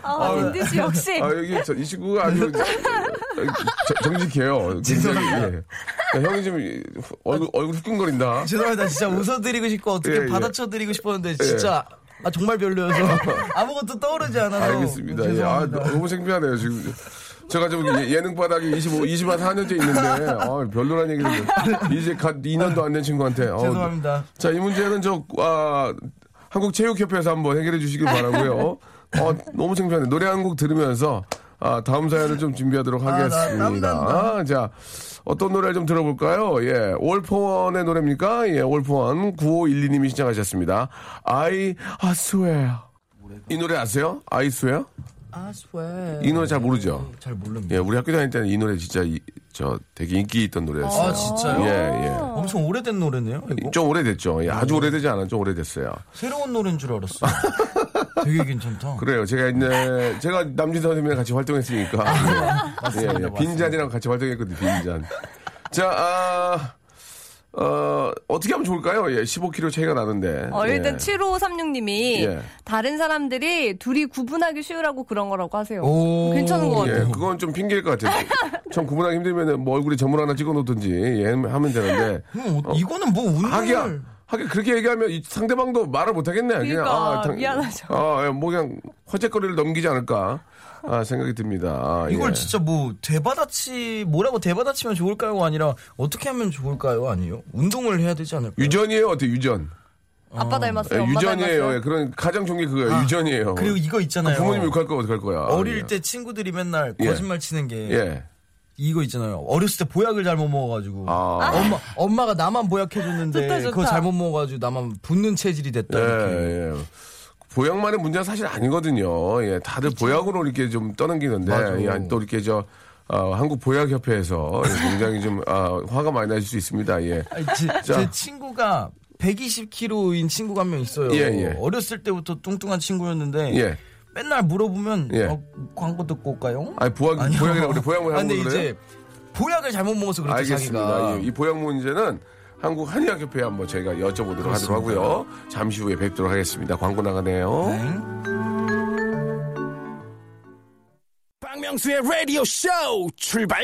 [SPEAKER 4] 아, 인디 씨 역시.
[SPEAKER 1] 아 여기 저, 이 친구가 아주 저- 정직해요. 굉장히 예. 야, 형이 좀 이- 얼굴 얼굴 후끈거린다.
[SPEAKER 5] 아, 죄송합니다. 진짜 웃어드리고 싶고 어떻게
[SPEAKER 1] 예, 예.
[SPEAKER 5] 받아쳐드리고 싶었는데 진짜 아 정말 별로여서 아무것도 떠오르지 않아서
[SPEAKER 1] 알겠습니다. 예, 아,
[SPEAKER 5] 죄송합니다.
[SPEAKER 1] 너무 창피하네요, 지금. 제가 지금 예- 예능 바닥에 25, 20한 4년째 있는데, 아, 별로란 얘기를. 좀- 이제 갓 2년도 안 된 친구한테. 어,
[SPEAKER 5] 죄송합니다.
[SPEAKER 1] 자, 이 문제는 저, 아, 한국체육협회에서 한번 해결해 주시길 바라고요 어, 너무 창피하네. 노래 한 곡 들으면서, 아, 다음 사연을 좀 준비하도록
[SPEAKER 5] 아, 나
[SPEAKER 1] 하겠습니다.
[SPEAKER 5] 땀난다.
[SPEAKER 1] 아, 자, 어떤 노래를 좀 들어볼까요? 예, 올포원의 노래입니까? 예, 올포원 9512님이 신청하셨습니다. I swear. 이 노래 아세요? I swear?
[SPEAKER 5] 아 스웨
[SPEAKER 1] 이 노래 잘 모르죠?
[SPEAKER 5] 잘 모릅니다.
[SPEAKER 1] 예, 우리 학교 다닐 때는 이 노래 진짜 이- 저 되게 인기 있던 노래였어요.
[SPEAKER 5] 아 진짜요?
[SPEAKER 1] 예, 예.
[SPEAKER 5] 엄청 오래된 노래네요. 이거?
[SPEAKER 1] 좀 오래됐죠. 예, 아주 오래되지 않아. 좀 오래됐어요.
[SPEAKER 5] 새로운 노래인 줄 알았어. 되게 괜찮다.
[SPEAKER 1] 그래요. 제가 이제 제가 남진 선생님이랑 같이 활동했으니까
[SPEAKER 4] 아,
[SPEAKER 1] 예. 예, 예. 빈잔이랑 같이 활동했거든요. 빈잔. 자, 아, 어, 어떻게 하면 좋을까요? 예, 15kg 차이가 나는데.
[SPEAKER 4] 어, 일단
[SPEAKER 1] 예.
[SPEAKER 4] 7536님이
[SPEAKER 1] 예.
[SPEAKER 4] 다른 사람들이 둘이 구분하기 쉬우라고 그런 거라고 하세요.
[SPEAKER 5] 오.
[SPEAKER 4] 괜찮은 것
[SPEAKER 1] 예,
[SPEAKER 4] 같아요.
[SPEAKER 1] 그건 좀 핑계일 것 같아요. 참 구분하기 힘들면 뭐 얼굴에 점을 하나 찍어 놓든지 예, 하면 되는데.
[SPEAKER 5] 음, 어, 이거는 뭐 운동을
[SPEAKER 1] 하기야. 하긴 그렇게 얘기하면 이 상대방도 말을 못하겠네. 그냥
[SPEAKER 4] 음. 그러니까,
[SPEAKER 1] 당-
[SPEAKER 4] 미안하죠.
[SPEAKER 1] 아, 예, 뭐 그냥 화제거리를 넘기지 않을까 아, 생각이 듭니다. 아,
[SPEAKER 5] 이걸
[SPEAKER 1] 예.
[SPEAKER 5] 진짜 뭐 되받아치 뭐라고 되받아치면 좋을까요? 아니라 어떻게 하면 좋을까요? 아니요. 운동을 해야 되지 않을까요?
[SPEAKER 1] 유전이에요, 어때 유전?
[SPEAKER 4] 아빠
[SPEAKER 1] 예,
[SPEAKER 4] 닮았어요. 엄마
[SPEAKER 1] 유전이에요.
[SPEAKER 4] 닮았어요.
[SPEAKER 1] 예, 그런 가장 좋은 게 그거예요. 유전이에요.
[SPEAKER 5] 아, 그리고 이거 있잖아요.
[SPEAKER 1] 어. 부모님 욕할 거 어떡할 거야?
[SPEAKER 5] 어릴
[SPEAKER 1] 예.
[SPEAKER 5] 때 친구들이 맨날
[SPEAKER 1] 예.
[SPEAKER 5] 거짓말 치는 게
[SPEAKER 1] 예.
[SPEAKER 5] 이거 있잖아요. 어렸을 때 보약을 잘못 먹어가지고
[SPEAKER 1] 아.
[SPEAKER 5] 엄마 엄마가 나만 보약해줬는데
[SPEAKER 4] 좋다, 좋다.
[SPEAKER 5] 그거 잘못 먹어가지고 나만 붓는 아, 체질이 됐다. 이렇게.
[SPEAKER 1] 예, 예. 보약만의 문제는 사실 아니거든요. 예, 다들 보약으로 이렇게 좀
[SPEAKER 5] 맞아.
[SPEAKER 1] 떠넘기는데, 예, 또 이렇게 저, 어, 아, 한국보약협회에서 굉장히 좀, 아, 화가 많이 나실 수 있습니다. 예.
[SPEAKER 5] 아니, 제,
[SPEAKER 1] 자.
[SPEAKER 5] 제 친구가 120kg인 친구가 한 명 있어요.
[SPEAKER 1] 예, 예.
[SPEAKER 5] 어렸을 때부터 뚱뚱한 친구였는데
[SPEAKER 1] 예.
[SPEAKER 5] 맨날 물어보면
[SPEAKER 1] 예.
[SPEAKER 5] 어, 광고 듣고 올까요?
[SPEAKER 1] 아니 보약
[SPEAKER 5] 아니요.
[SPEAKER 1] 보약이라고 그래 보약을
[SPEAKER 5] 아, 근데
[SPEAKER 1] 하는 거래요?
[SPEAKER 5] 이제 보약을 잘못 먹어서 그렇죠
[SPEAKER 1] 알겠습니다.
[SPEAKER 5] 자기가.
[SPEAKER 1] 예, 이 보약 문제는 한국 한의학협회에 한번 저희가 여쭤보도록 하도록 하고요. 잠시 후에 뵙도록 하겠습니다. 광고 나가네요.
[SPEAKER 5] 네.
[SPEAKER 3] 박명수의 라디오 쇼 출발!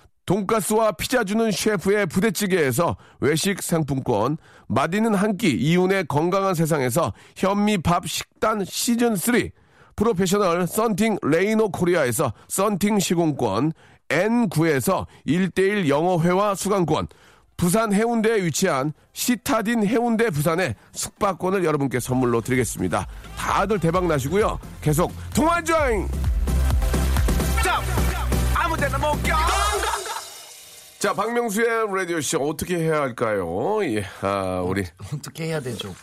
[SPEAKER 1] 돈가스와 피자 주는 셰프의 부대찌개에서 외식 상품권, 맛있는 한 끼 이윤의 건강한 세상에서 현미밥 식단 시즌 3, 프로페셔널 썬팅 레이노 코리아에서 썬팅 시공권, N9에서 1대1 영어회화 수강권, 부산 해운대에 위치한 시타딘 해운대 부산의 숙박권을 여러분께 선물로 드리겠습니다. 다들 대박 나시고요. 계속 통화 조잉! 자, 박명수의 라디오쇼 어떻게 해야 할까요? 예, 아, 우리.
[SPEAKER 5] 어떻게 해야 되죠?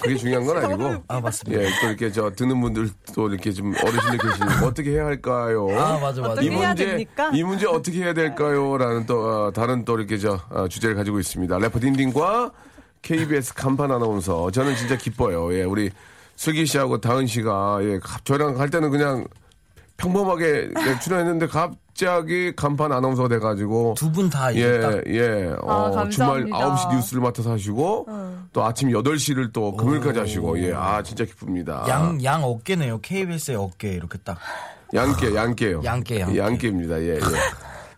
[SPEAKER 1] 그게 중요한 건 아니고.
[SPEAKER 5] 아 맞습니다.
[SPEAKER 1] 예, 또 이렇게 저 듣는 분들 또 이렇게 좀 어르신들 계시는 어떻게 해야 할까요?
[SPEAKER 5] 아 맞아 맞아.
[SPEAKER 1] 이
[SPEAKER 4] 어떻게 해야
[SPEAKER 1] 문제,
[SPEAKER 4] 됩니까?
[SPEAKER 1] 이 문제 어떻게 해야 될까요? 라는 또, 어, 다른 또 이렇게 저, 어, 주제를 가지고 있습니다. 래퍼 딘딘과 KBS 간판 아나운서. 저는 진짜 기뻐요. 예, 우리 슬기 씨하고 다은 씨가, 예, 갑- 저랑 갈 때는 그냥 평범하게 예, 출연했는데 갑자기 간판 아나운서가 돼가지고.
[SPEAKER 5] 두 분
[SPEAKER 4] 아,
[SPEAKER 5] 다 이제 딱
[SPEAKER 1] 예, 예. 어,
[SPEAKER 4] 감사합니다. 어.
[SPEAKER 1] 주말 9시 뉴스를 맡아서 하시고, 또 아침 8시를 또 금요일까지 하시고, 예, 아, 진짜 기쁩니다.
[SPEAKER 5] 양, 양 어깨네요. KBS의 어깨 이렇게 딱.
[SPEAKER 1] 양깨, 양깨요.
[SPEAKER 5] 양깨, 양깨.
[SPEAKER 1] 입니다 예, 예.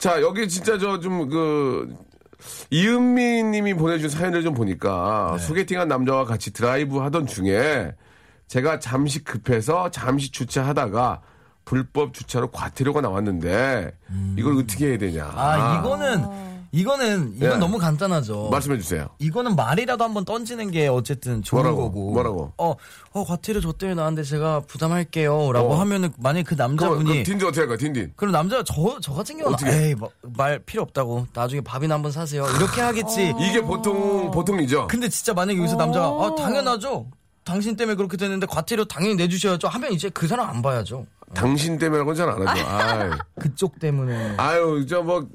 [SPEAKER 1] 자, 여기 진짜 저 좀 그 이은미 님이 보내준 사연을 좀 보니까
[SPEAKER 5] 네.
[SPEAKER 1] 소개팅한 남자와 같이 드라이브 하던 중에 제가 잠시 급해서 잠시 주차하다가 불법 주차로 과태료가 나왔는데 이걸 어떻게 해야 되냐.
[SPEAKER 5] 음. 아, 이거는 이거는 이건
[SPEAKER 1] 예.
[SPEAKER 5] 너무 간단하죠.
[SPEAKER 1] 말씀해 주세요.
[SPEAKER 5] 이거는 말이라도 한번 던지는 게 어쨌든 좋은
[SPEAKER 1] 뭐라고?
[SPEAKER 5] 거고.
[SPEAKER 1] 뭐라고?
[SPEAKER 5] 어, 어 과태료 저 때문에 나왔는데 제가 부담할게요라고 하면은 만약 에그
[SPEAKER 1] 어. 그럼 그
[SPEAKER 5] 남자분이
[SPEAKER 1] 딘딘 어떻게 할 거야, 딘딘?
[SPEAKER 5] 그럼 남자가 저, 저 같은 경우는
[SPEAKER 1] 어떻게?
[SPEAKER 5] 에이, 뭐, 말 필요 없다고. 나중에 밥이나 한번 사세요. 이렇게 하겠지.
[SPEAKER 1] 이게
[SPEAKER 5] 어.
[SPEAKER 1] 보통, 보통이죠?
[SPEAKER 5] 근데 진짜 만약에 여기서 남자가 아, 당연하죠. 당신 때문에 그렇게 됐는데 과태료 당연히 내주셔야죠. 하면 이제 그 사람 안 봐야죠.
[SPEAKER 1] 당신 때문에라고는 잘 안 하죠. 아유.
[SPEAKER 5] 그쪽 때문에.
[SPEAKER 1] 아유, 저 뭐,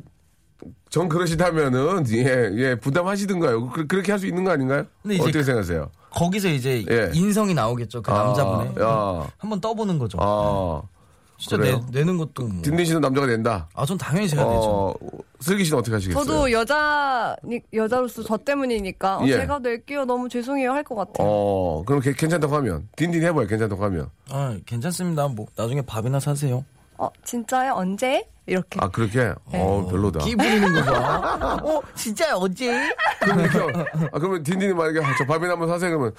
[SPEAKER 1] 전 그러시다면은, 예, 예, 부담하시든가요. 그, 렇게 할 수 있는 거 아닌가요?
[SPEAKER 5] 근데 이제
[SPEAKER 1] 어떻게
[SPEAKER 5] 그-
[SPEAKER 1] 생각하세요?
[SPEAKER 5] 거기서 이제
[SPEAKER 1] 예. 아,
[SPEAKER 5] 인성이 나오겠죠. 그 남자분의.
[SPEAKER 1] 야.
[SPEAKER 5] 한번 떠보는 거죠.
[SPEAKER 1] 아,
[SPEAKER 5] 진짜
[SPEAKER 1] 그래요?
[SPEAKER 5] 내, 내는 것도 뭐.
[SPEAKER 1] 딘딘 씨는 남자가 된다.
[SPEAKER 5] 아, 전 당연히 제가 되죠.
[SPEAKER 1] 어, 슬기 씨는 어떻게 하시겠어요?
[SPEAKER 4] 저도 여자 여자로서 저 때문이니까 어,
[SPEAKER 1] 예.
[SPEAKER 4] 제가 낼게요. 너무 죄송해요 할 것 같아요.
[SPEAKER 1] 어, 그럼 걔- 괜찮다고 하면. 딘딘 해봐요, 괜찮다고 하면.
[SPEAKER 5] 아, 괜찮습니다. 뭐 나중에 밥이나 사세요.
[SPEAKER 4] 어, 진짜요? 언제? 이렇게.
[SPEAKER 1] 아, 그렇게?
[SPEAKER 4] 네.
[SPEAKER 1] 어, 별로다.
[SPEAKER 5] 끼 부리는 거 봐. 어, 진짜 어제?
[SPEAKER 1] 그럼 이렇게, 아, 그러면 딘딘이 만약에 아, 저 밥이나 한번 사세요, 그러면.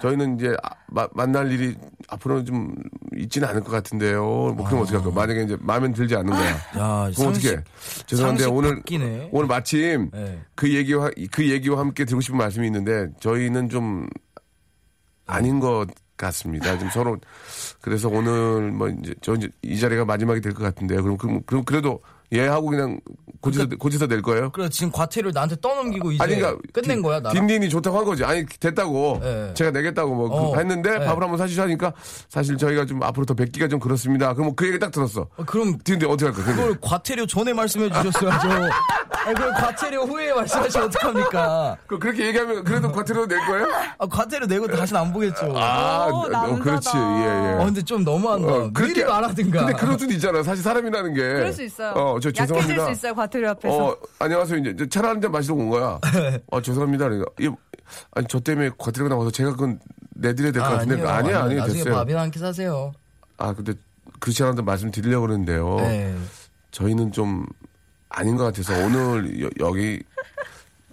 [SPEAKER 1] 저희는 이제 아, 마- 만날 일이 앞으로는 좀 있지는 않을 것 같은데요. 뭐 그럼 어떻게 할까요? 만약에 이제 마음에 들지 않는 거야.
[SPEAKER 5] 야,
[SPEAKER 1] 그럼
[SPEAKER 5] 상식-
[SPEAKER 1] 어떻게? 죄송한데
[SPEAKER 5] 상식
[SPEAKER 1] 오늘
[SPEAKER 5] 바뀌네.
[SPEAKER 1] 오늘 마침
[SPEAKER 5] 네.
[SPEAKER 1] 그 얘기와 그 얘기와 함께 드리고 싶은 말씀이 있는데 저희는 좀 아닌 것 같습니다. 좀 서로 그래서 오늘 뭐 이제 저 이제 이 자리가 마지막이 될 것 같은데요. 그럼 그럼 그럼 그래도 예 하고 그냥 고지서
[SPEAKER 5] 그러니까
[SPEAKER 1] 고지서 낼 거예요?
[SPEAKER 5] 그래 지금 과태료를 나한테 떠넘기고 이제
[SPEAKER 1] 아니 그러니까
[SPEAKER 5] 끝낸
[SPEAKER 1] 딘-
[SPEAKER 5] 거야 나.
[SPEAKER 1] 딘딘이 좋다고 한 거지. 아니 됐다고.
[SPEAKER 5] 네.
[SPEAKER 1] 제가 내겠다고 뭐
[SPEAKER 5] 어,
[SPEAKER 1] 그- 했는데
[SPEAKER 5] 네.
[SPEAKER 1] 밥을 한번 사주자니까 사실 저희가 좀 앞으로 더 뵙기가 좀 그렇습니다. 그럼 그 얘기 딱 들었어.
[SPEAKER 5] 그럼
[SPEAKER 1] 딘딘 어떻게 할 거야? 근데?
[SPEAKER 5] 그걸 과태료 전에 말씀해 주셨어야죠. 아니, 그걸 과태료 후에 말씀하시면 어떡합니까?
[SPEAKER 1] 그 그렇게 얘기하면 그래도 과태료 낼 거예요?
[SPEAKER 5] 아, 과태료 내고 다시는 안 보겠죠.
[SPEAKER 1] 아,
[SPEAKER 4] 오,
[SPEAKER 1] 어,
[SPEAKER 4] 남자다.
[SPEAKER 1] 그렇지. 예, 예.
[SPEAKER 5] 어, 근데 좀 너무한다. 미리 말하든가.
[SPEAKER 1] 근데 그럴 수도 있잖아. 사실 사람이라는 게.
[SPEAKER 4] 그럴 수 있어요.
[SPEAKER 1] 어, 저
[SPEAKER 4] 약해질
[SPEAKER 1] 죄송합니다.
[SPEAKER 4] 수 있어요 과태료 앞에서.
[SPEAKER 1] 어, 안녕하세요. 이제 저 차를 한잔 마시러 온 거야. 어, 죄송합니다. 그러니까. 이, 아니, 저 때문에 과태료가 나와서 제가 그건 내드려야 될 것
[SPEAKER 5] 아,
[SPEAKER 1] 같은데.
[SPEAKER 5] 아니요.
[SPEAKER 1] 아니야, 아니요.
[SPEAKER 5] 나중에
[SPEAKER 1] 됐어요.
[SPEAKER 5] 밥이나 한 끼 사세요.
[SPEAKER 1] 아, 근데 그 시간한테 말씀드리려고 그러는데요.
[SPEAKER 5] 네.
[SPEAKER 1] 저희는 좀 아닌 것 같아서 오늘 여, 기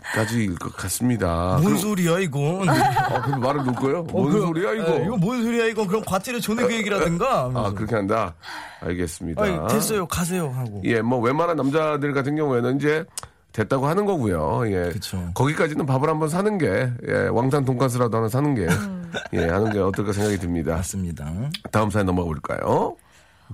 [SPEAKER 1] 까지일것 같습니다.
[SPEAKER 5] 뭔
[SPEAKER 1] 아, 그럼-
[SPEAKER 5] 소리야 이건?
[SPEAKER 1] 아, 그럼 말을 놓고요?
[SPEAKER 5] 뭐? 어,
[SPEAKER 1] 뭔
[SPEAKER 5] 그럼-
[SPEAKER 1] 소리야 이거?
[SPEAKER 5] 예, 이거 뭔 소리야 이건? 그럼 과태료 전액 그 얘기라든가.
[SPEAKER 1] 아
[SPEAKER 5] 하면서.
[SPEAKER 1] 그렇게 한다. 알겠습니다.
[SPEAKER 5] 아니, 됐어요 가세요 하고.
[SPEAKER 1] 예, 뭐 웬만한 남자들 같은 경우에는 이제 됐다고 하는 거고요. 예.
[SPEAKER 5] 그쵸.
[SPEAKER 1] 거기까지는 밥을 한번 사는 게 예, 왕산 돈가스라도 하나 사는 게 예, 하는 게 어떨까 생각이 듭니다.
[SPEAKER 5] 음. 맞습니다.
[SPEAKER 1] 다음 사연 넘어가 볼까요?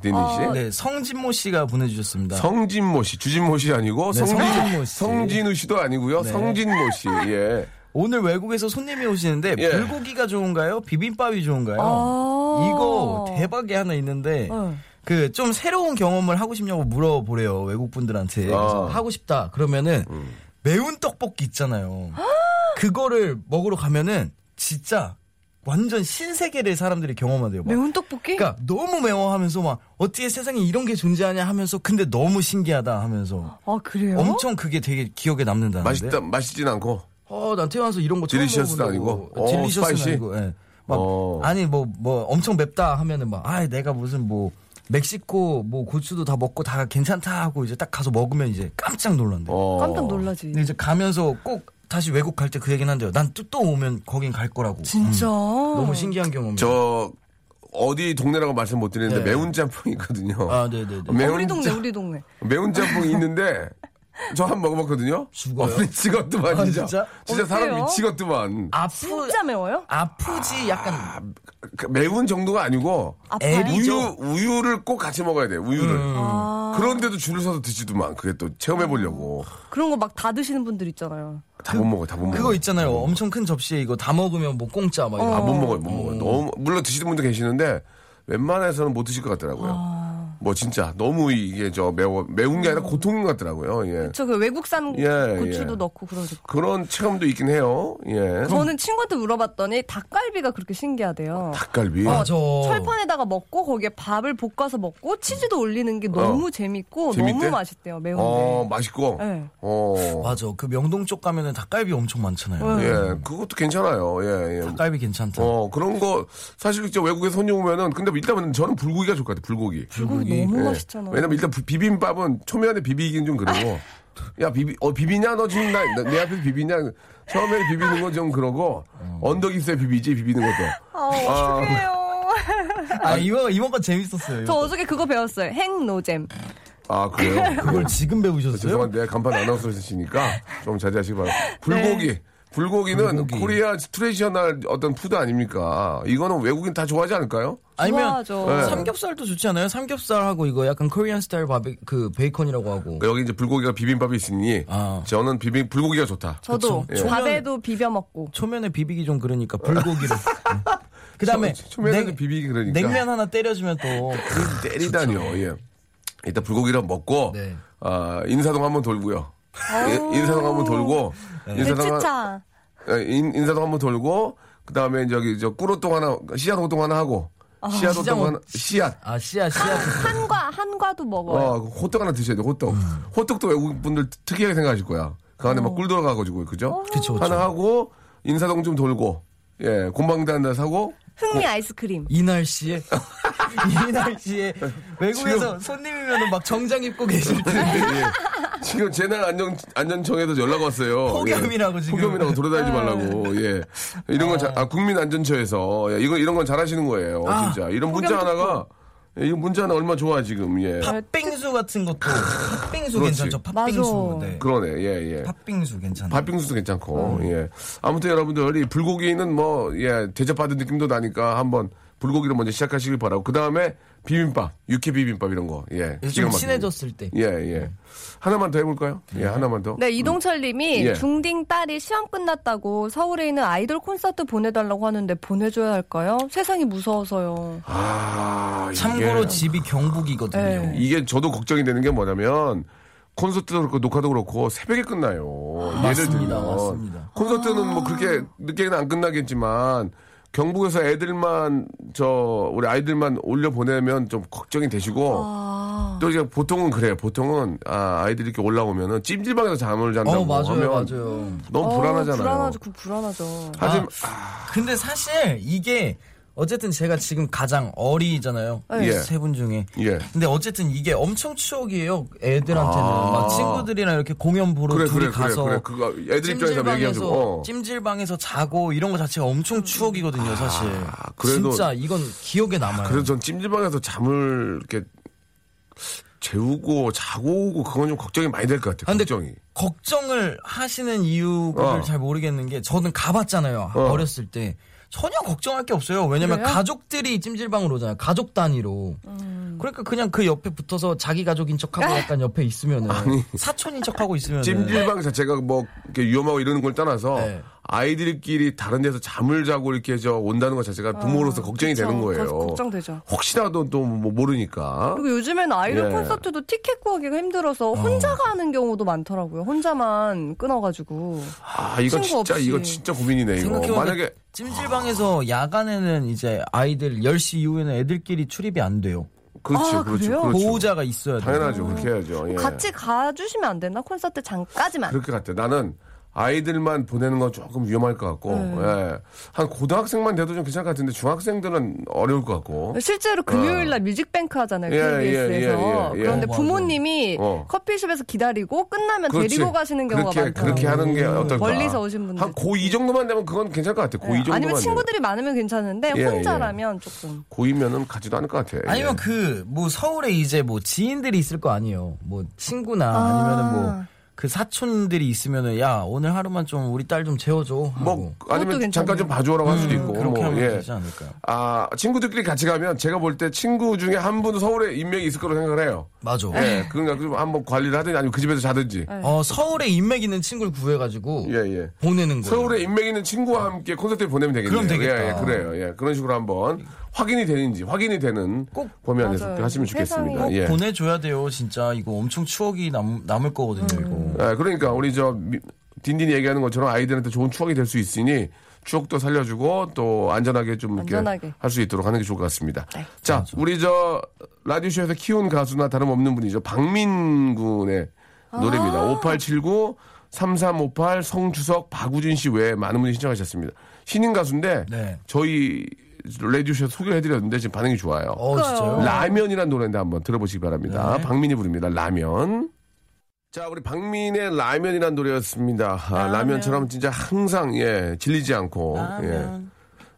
[SPEAKER 1] 디니 씨.
[SPEAKER 5] 네 성진모 씨가 보내주셨습니다.
[SPEAKER 1] 성진모 씨, 주진모 씨 아니고
[SPEAKER 5] 네, 성진모 씨. 네.
[SPEAKER 1] 성진우 씨도 아니고요. 성진모 씨. 예.
[SPEAKER 5] 오늘 외국에서 손님이 오시는데
[SPEAKER 1] 예.
[SPEAKER 5] 불고기가 좋은가요? 비빔밥이 좋은가요? 이거 대박이 하나 있는데 그 좀 새로운 경험을 하고 싶냐고 물어보래요 외국 분들한테 그래서
[SPEAKER 1] 아. 음.
[SPEAKER 5] 하고 싶다 그러면은 매운 떡볶이 있잖아요. 그거를 먹으러 가면은 진짜 완전 신세계를 사람들이 경험한대요. 막
[SPEAKER 4] 매운 떡볶이?
[SPEAKER 5] 그러니까 너무 매워하면서 막 어떻게 세상에 이런 게 존재하냐 하면서 근데 너무 신기하다 하면서
[SPEAKER 4] 아 그래요?
[SPEAKER 5] 엄청 그게 되게 기억에 남는다는데.
[SPEAKER 1] 맛있다 맛있진 않고
[SPEAKER 5] 어, 난 태어나서 이런 거 처음
[SPEAKER 1] 딜리셔스도
[SPEAKER 5] 먹어본다고.
[SPEAKER 1] 아니고? 어,
[SPEAKER 5] 딜리셔스는
[SPEAKER 1] 스파이시?
[SPEAKER 5] 아니고. 예. 막
[SPEAKER 1] 어.
[SPEAKER 5] 아니 뭐 뭐 엄청 맵다 하면은 막 아, 내가 무슨 뭐 멕시코 뭐 고추도 다 먹고 다 괜찮다 하고 이제 딱 가서 먹으면 이제 깜짝 놀란대.
[SPEAKER 1] 어.
[SPEAKER 4] 깜짝 놀라지.
[SPEAKER 5] 근데 이제 가면서 꼭 다시 외국 갈 때 그 얘기는 한대요. 난 또 또 오면 거긴 갈 거라고.
[SPEAKER 4] 진짜.
[SPEAKER 5] 음. 너무 신기한 경험.
[SPEAKER 1] 저 어디 동네라고 말씀 못 드리는데
[SPEAKER 5] 네.
[SPEAKER 1] 매운 짬뽕이 있거든요.
[SPEAKER 5] 아, 네, 네, 네.
[SPEAKER 4] 우리
[SPEAKER 1] 매운
[SPEAKER 4] 동네
[SPEAKER 1] 짬
[SPEAKER 4] 우리 동네.
[SPEAKER 1] 매운 짬뽕이 있는데 저 한 번 먹어봤거든요.
[SPEAKER 5] 죽어요?
[SPEAKER 1] 어머니 찍었더만
[SPEAKER 5] 아,
[SPEAKER 1] 진짜. 진짜,
[SPEAKER 5] 진짜?
[SPEAKER 1] 사람
[SPEAKER 4] 어때요?
[SPEAKER 1] 미치겠더만.
[SPEAKER 5] 아프
[SPEAKER 4] 진짜 매워요?
[SPEAKER 5] 아프지 약간
[SPEAKER 1] 그 매운 정도가 아니고
[SPEAKER 4] 아파요?
[SPEAKER 5] 애비-
[SPEAKER 1] 우유
[SPEAKER 5] 아니죠.
[SPEAKER 1] 우유를 꼭 같이 먹어야 돼. 우유를.
[SPEAKER 5] 음.
[SPEAKER 4] 아,
[SPEAKER 1] 그런데도 줄을 서서 드시더만 그게 또 체험해 보려고
[SPEAKER 4] 그런 거 막 다 드시는 분들 있잖아요.
[SPEAKER 1] 다 못 먹어 다 못 먹어.
[SPEAKER 5] 그거 있잖아요. 엄청 큰 접시에 이거 다 먹으면 뭐 공짜 막 이런.
[SPEAKER 1] 아, 못 먹어요, 못 먹어요. 너무, 물론 드시는 분도 계시는데, 웬만해서는 못 드실 것 같더라고요. 뭐, 진짜, 너무 이게 저 매워, 매운 게 아니라 고통인 것 같더라고요, 예.
[SPEAKER 4] 저 그 외국산
[SPEAKER 1] 예,
[SPEAKER 4] 고추도
[SPEAKER 1] 예.
[SPEAKER 4] 넣고 그러니까.
[SPEAKER 1] 그런 체감도 있긴 해요, 예.
[SPEAKER 4] 저는 친구한테 물어봤더니 닭갈비가 그렇게 신기하대요.
[SPEAKER 1] 어, 닭갈비.
[SPEAKER 5] 맞아.
[SPEAKER 4] 어, 철판에다가 먹고 거기에 밥을 볶아서 먹고 치즈도 올리는 게 너무
[SPEAKER 1] 어.
[SPEAKER 4] 재밌고
[SPEAKER 1] 재밌대?
[SPEAKER 4] 너무 맛있대요 매운데.
[SPEAKER 1] 어, 맛있고.
[SPEAKER 4] 네.
[SPEAKER 1] 어.
[SPEAKER 5] 맞아. 그 명동 쪽 가면은 닭갈비 엄청 많잖아요.
[SPEAKER 4] 어.
[SPEAKER 1] 예, 그것도 괜찮아요, 예, 예.
[SPEAKER 5] 닭갈비 괜찮다.
[SPEAKER 1] 어, 그런 거, 사실 진짜 외국에 손님 오면은, 근데 일단은 저는 불고기가 좋을 것 같아요, 불고기.
[SPEAKER 4] 불고기 너무
[SPEAKER 1] 예.
[SPEAKER 4] 맛있잖아요.
[SPEAKER 1] 왜냐면 일단 부- 비빔밥은 초면에 비비긴 좀 그러고. 야, 비비, 어, 비비냐? 너 지금 나, 나- 내 앞에서 비비냐? 처음에 비비는 건 좀 그러고, 언덕 있어야 비비지, 비비는 것도.
[SPEAKER 4] 아, 어떡해요.
[SPEAKER 5] 아, 이번, 이번 건 재밌었어요.
[SPEAKER 4] 저 어저께 그거 배웠어요. 행노잼.
[SPEAKER 1] 아, 그래요?
[SPEAKER 5] 그걸 지금 배우셨어요?
[SPEAKER 1] 죄송한데, 간판 아나운서시니까 좀 자제하시기 바랍니다. 불고기. 불고기는 코리아 트레디셔널 어떤 푸드 아닙니까? 이거는 외국인 다 좋아하지 않을까요?
[SPEAKER 5] 아니면
[SPEAKER 4] 좋아하죠.
[SPEAKER 1] 네.
[SPEAKER 5] 삼겹살도 좋지 않아요? 삼겹살하고 이거 약간 코리안 스타일 바베, 그 베이컨이라고 하고.
[SPEAKER 1] 그러니까 여기 이제 불고기가 비빔밥이 있으니
[SPEAKER 5] 아.
[SPEAKER 1] 저는 비빔 불고기가 좋다.
[SPEAKER 4] 저도
[SPEAKER 5] 그쵸. 예.
[SPEAKER 4] 밥에도 비벼 먹고.
[SPEAKER 5] 초면에 비비기 좀 그러니까 불고기를. 그 다음에
[SPEAKER 1] 초- 초면에는 비비기 그러니까.
[SPEAKER 5] 냉면 하나 때려주면 또.
[SPEAKER 1] 그 때리다니요. 예. 일단 불고기를 먹고
[SPEAKER 5] 네.
[SPEAKER 1] 아, 인사동 한번 돌고요. 예, 인사동 한번 돌고
[SPEAKER 5] 네.
[SPEAKER 1] 인사동 한-
[SPEAKER 4] 배추차.
[SPEAKER 1] 예, 인, 인사동 한번 돌고 그다음에 저기 저 꾸로동 하나 씨앗호동 하나 하고
[SPEAKER 4] 아,
[SPEAKER 1] 씨앗호동
[SPEAKER 5] 시장
[SPEAKER 4] 뭐
[SPEAKER 1] 하나 씨앗
[SPEAKER 5] 아, 씨앗, 씨앗.
[SPEAKER 4] 한과 한과도 먹어요.
[SPEAKER 1] 어, 그 호떡 하나 드셔야 돼, 호떡.
[SPEAKER 5] 음.
[SPEAKER 1] 호떡도 외국분들 특이하게 생각하실 거야. 그 안에 막 꿀 들어가가지고, 그죠?
[SPEAKER 5] 그쵸, 그쵸.
[SPEAKER 1] 하나 하고, 인사동 좀 돌고, 예, 곰방대 하나 사고,
[SPEAKER 4] 흥미 아이스크림.
[SPEAKER 5] 이 날씨에. 이 날씨에. 외국에서 손님이면 막 정장 입고 계실 때.
[SPEAKER 1] 예. 지금 재난 안전 안전청에서 연락 왔어요. 예.
[SPEAKER 5] 폭염이라고 지금.
[SPEAKER 1] 폭염이라고 돌아다니지 말라고. 예. 이런 건 자- 아, 국민안전처에서 예. 이거 이런 건 잘하시는 거예요.
[SPEAKER 5] 아,
[SPEAKER 1] 진짜 이런 문자
[SPEAKER 4] 폭염
[SPEAKER 1] 하나가 예, 이 문자 하나 얼마 좋아 지금. 예.
[SPEAKER 5] 팥빙수 같은 것도. 팥빙수
[SPEAKER 1] 그렇지.
[SPEAKER 5] 괜찮죠? 팥빙수.
[SPEAKER 4] 맞아.
[SPEAKER 5] 네.
[SPEAKER 1] 그러네. 예 예.
[SPEAKER 5] 팥빙수 괜찮아요.
[SPEAKER 1] 밥빙수도 괜찮고.
[SPEAKER 5] 어.
[SPEAKER 1] 예. 아무튼 여러분들 이 불고기는 뭐 예, 대접받은 느낌도 나니까 한번 불고기를 먼저 시작하시길 바라고 그 다음에 비빔밥, 육회 비빔밥 이런 거. 예. 기가
[SPEAKER 5] 좀
[SPEAKER 1] 막히고.
[SPEAKER 5] 친해졌을 때. 네.
[SPEAKER 1] 예, 예. 하나만 더 해볼까요? 예, 하나만 더.
[SPEAKER 4] 네, 이동철 님이
[SPEAKER 1] 예.
[SPEAKER 4] 중딩 딸이 시험 끝났다고 서울에 있는 아이돌 콘서트 보내달라고 하는데 보내줘야 할까요? 세상이 무서워서요.
[SPEAKER 1] 아,
[SPEAKER 5] 참고로
[SPEAKER 1] 이게-
[SPEAKER 5] 집이 경북이거든요.
[SPEAKER 4] 네.
[SPEAKER 1] 이게 저도 걱정이 되는 게 뭐냐면 콘서트도 그렇고 녹화도 그렇고 새벽에 끝나요. 예를
[SPEAKER 5] 아, 맞습니다,
[SPEAKER 1] 들면
[SPEAKER 5] 맞습니다.
[SPEAKER 1] 콘서트는 뭐 그렇게 늦게는 안 끝나겠지만 경북에서 애들만 저 우리 아이들만 올려 보내면 좀 걱정이 되시고
[SPEAKER 5] 아.
[SPEAKER 1] 또 이제 보통은 그래요. 보통은 아, 아이들이 이렇게 올라오면은 찜질방에서 잠을 잔다고
[SPEAKER 5] 어 맞아요
[SPEAKER 1] 하면
[SPEAKER 5] 맞아요.
[SPEAKER 1] 너무
[SPEAKER 4] 어,
[SPEAKER 1] 불안하잖아요. 아.
[SPEAKER 4] 불안하죠, 그 불안하죠.
[SPEAKER 1] 하지만
[SPEAKER 5] 근데 사실 이게 어쨌든 제가 지금 가장 어리잖아요.
[SPEAKER 1] 예.
[SPEAKER 5] 세 분 중에.
[SPEAKER 1] 예.
[SPEAKER 5] 근데 어쨌든 이게 엄청 추억이에요. 애들한테는
[SPEAKER 1] 아.
[SPEAKER 5] 막 친구들이랑 이렇게 공연 보러
[SPEAKER 1] 그래,
[SPEAKER 5] 둘이
[SPEAKER 1] 그래, 그래,
[SPEAKER 5] 가서
[SPEAKER 1] 그래. 그거 애들 입장에서 얘기하면 좀, 어. 음. 아,
[SPEAKER 5] 찜질방에서 자고 이런 거 자체가 엄청 추억이거든요, 사실.
[SPEAKER 1] 그래도-
[SPEAKER 5] 진짜 이건 기억에 남아요.
[SPEAKER 1] 그래서 전 찜질방에서 잠을 이렇게 재우고 자고 오고 그건 좀 걱정이 많이 될 것 같아요.
[SPEAKER 5] 아, 근데
[SPEAKER 1] 걱정이.
[SPEAKER 5] 걱정을 하시는 이유를
[SPEAKER 1] 어.
[SPEAKER 5] 잘 모르겠는 게 저는 가봤잖아요
[SPEAKER 1] 어.
[SPEAKER 5] 어. 렸을때 전혀 걱정할 게 없어요 왜냐면
[SPEAKER 4] 그래요?
[SPEAKER 5] 가족들이 찜질방으로 오잖아요 가족 단위로
[SPEAKER 4] 음.
[SPEAKER 5] 그러니까 그냥 그 옆에 붙어서 자기 가족인 척하고 약간 옆에 있으면은 사촌인 척하고 있으면은
[SPEAKER 1] 찜질방 자체가 뭐 이렇게 위험하고 이러는 걸 떠나서
[SPEAKER 5] 네.
[SPEAKER 1] 아이들끼리 다른 데서 잠을 자고 이렇게 저 온다는 것 자체가 부모로서 걱정이
[SPEAKER 4] 아, 그쵸.
[SPEAKER 1] 되는 거예요.
[SPEAKER 4] 거- 걱정되죠.
[SPEAKER 1] 혹시라도 또 뭐 모르니까.
[SPEAKER 4] 그리고 요즘엔 아이돌
[SPEAKER 1] 예.
[SPEAKER 4] 콘서트도 티켓 구하기가 힘들어서 혼자 가는 경우도 많더라고요. 혼자만 끊어가지고.
[SPEAKER 1] 아 이건
[SPEAKER 4] 친구
[SPEAKER 1] 진짜
[SPEAKER 4] 없이.
[SPEAKER 1] 이거 진짜 고민이네 이거.
[SPEAKER 5] 생각해보면
[SPEAKER 1] 만약에
[SPEAKER 5] 찜질방에서 야간에는 이제 아이들 10시 이후에는 애들끼리 출입이 안 돼요
[SPEAKER 1] 그렇죠,
[SPEAKER 4] 아,
[SPEAKER 1] 그렇죠,
[SPEAKER 4] 그래요? 어,
[SPEAKER 1] 그렇죠.
[SPEAKER 5] 보호자가 있어야 돼요
[SPEAKER 1] 당연하죠. 그렇게 해야죠. 예.
[SPEAKER 4] 같이 가주시면 안 되나? 콘서트 잠까지만.
[SPEAKER 1] 그렇게 같아. 나는 아이들만 보내는 건 조금 위험할 것 같고,
[SPEAKER 4] 네.
[SPEAKER 1] 예. 한 고등학생만 돼도 좀 괜찮을 것 같은데 중학생들은 어려울 것 같고.
[SPEAKER 4] 실제로 금요일 날 뮤직뱅크 하잖아요.
[SPEAKER 1] 어. 예,
[SPEAKER 4] KBS에서.
[SPEAKER 1] 예, 예, 예.
[SPEAKER 4] 그런데
[SPEAKER 5] 어, 맞아.
[SPEAKER 4] 부모님이
[SPEAKER 1] 어.
[SPEAKER 4] 커피숍에서 기다리고 끝나면
[SPEAKER 1] 그렇지.
[SPEAKER 4] 데리고 가시는 경우가
[SPEAKER 1] 그렇게,
[SPEAKER 4] 많더라고요. 음.
[SPEAKER 1] 그렇게 하는 게 어떨까?
[SPEAKER 4] 멀리서 오신 분들. 네.
[SPEAKER 1] 한 고 이 정도만 되면 그건 괜찮을 것 같아. 고 이 정도만.
[SPEAKER 4] 예. 아니면
[SPEAKER 1] 되면.
[SPEAKER 4] 친구들이 많으면 괜찮은데
[SPEAKER 1] 예,
[SPEAKER 4] 혼자라면 조금.
[SPEAKER 1] 고이면은 가지도 않을 것 같아.
[SPEAKER 5] 아니면
[SPEAKER 1] 예.
[SPEAKER 5] 그 뭐 서울에 이제 뭐 지인들이 있을 거 아니에요. 뭐 친구나 아. 니면은 뭐 그 사촌들이 있으면은 야 오늘 하루만 좀 우리 딸 좀 재워줘 하고
[SPEAKER 1] 뭐
[SPEAKER 4] 그것도
[SPEAKER 1] 아니면
[SPEAKER 4] 괜찮네.
[SPEAKER 1] 잠깐 좀 봐줘라고 할 수도 있고.
[SPEAKER 5] 음, 그렇게
[SPEAKER 1] 뭐,
[SPEAKER 5] 하면
[SPEAKER 1] 예.
[SPEAKER 5] 되지 않을까요?
[SPEAKER 1] 아 친구들끼리 같이 가면 제가 볼 때 친구 중에 한 분 서울에 인맥이 있을 거로 생각을 해요.
[SPEAKER 5] 맞아.
[SPEAKER 1] 예,
[SPEAKER 4] 네.
[SPEAKER 1] 그러니까 좀 한번 관리를 하든지 아니면 그 집에서 자든지.
[SPEAKER 5] 어 서울에 인맥 있는 친구를 구해가지고
[SPEAKER 1] 예, 예.
[SPEAKER 5] 보내는 거예요.
[SPEAKER 1] 서울에 인맥 있는 친구와 함께 콘서트를 보내면 되겠네요.
[SPEAKER 5] 그럼 되겠다.
[SPEAKER 1] 예, 예, 그래요. 예, 그런 식으로 한번 확인이 되는지 확인이 되는
[SPEAKER 5] 꼭
[SPEAKER 1] 범위 안에서
[SPEAKER 4] 맞아요.
[SPEAKER 1] 그렇게 하시면
[SPEAKER 4] 세상에.
[SPEAKER 1] 좋겠습니다.
[SPEAKER 5] 꼭
[SPEAKER 1] 예.
[SPEAKER 5] 보내줘야 돼요. 진짜 이거 엄청 추억이 남, 남을 거거든요. 이거.
[SPEAKER 1] 예, 그러니까 우리 저 미- 딘딘이 얘기하는 것처럼 아이들한테 좋은 추억이 될 수 있으니 추억도 살려주고 또 안전하게 좀 이렇게
[SPEAKER 4] 안전하게. 네.
[SPEAKER 1] 할 수 있도록 하는 게 좋을 것 같습니다. 자, 우리 저 라디오쇼에서 키운 가수나 다름없는 분이죠. 박민 군의
[SPEAKER 4] 아.
[SPEAKER 1] 노래입니다. 5879 3358 성주석 박우진 씨 외에 많은 분이 신청하셨습니다. 신인 가수인데
[SPEAKER 5] 네.
[SPEAKER 1] 저희 라디오쇼에서 소개해드렸는데 지금 반응이 좋아요.
[SPEAKER 5] 어 진짜요?
[SPEAKER 1] 라면이란 노래인데 한번 들어보시기 바랍니다.
[SPEAKER 5] 네.
[SPEAKER 1] 박민이 부릅니다. 라면. 자, 우리 박민의 라면이란 노래였습니다. 아, 라면. 처럼 진짜 항상 예 질리지 않고 예.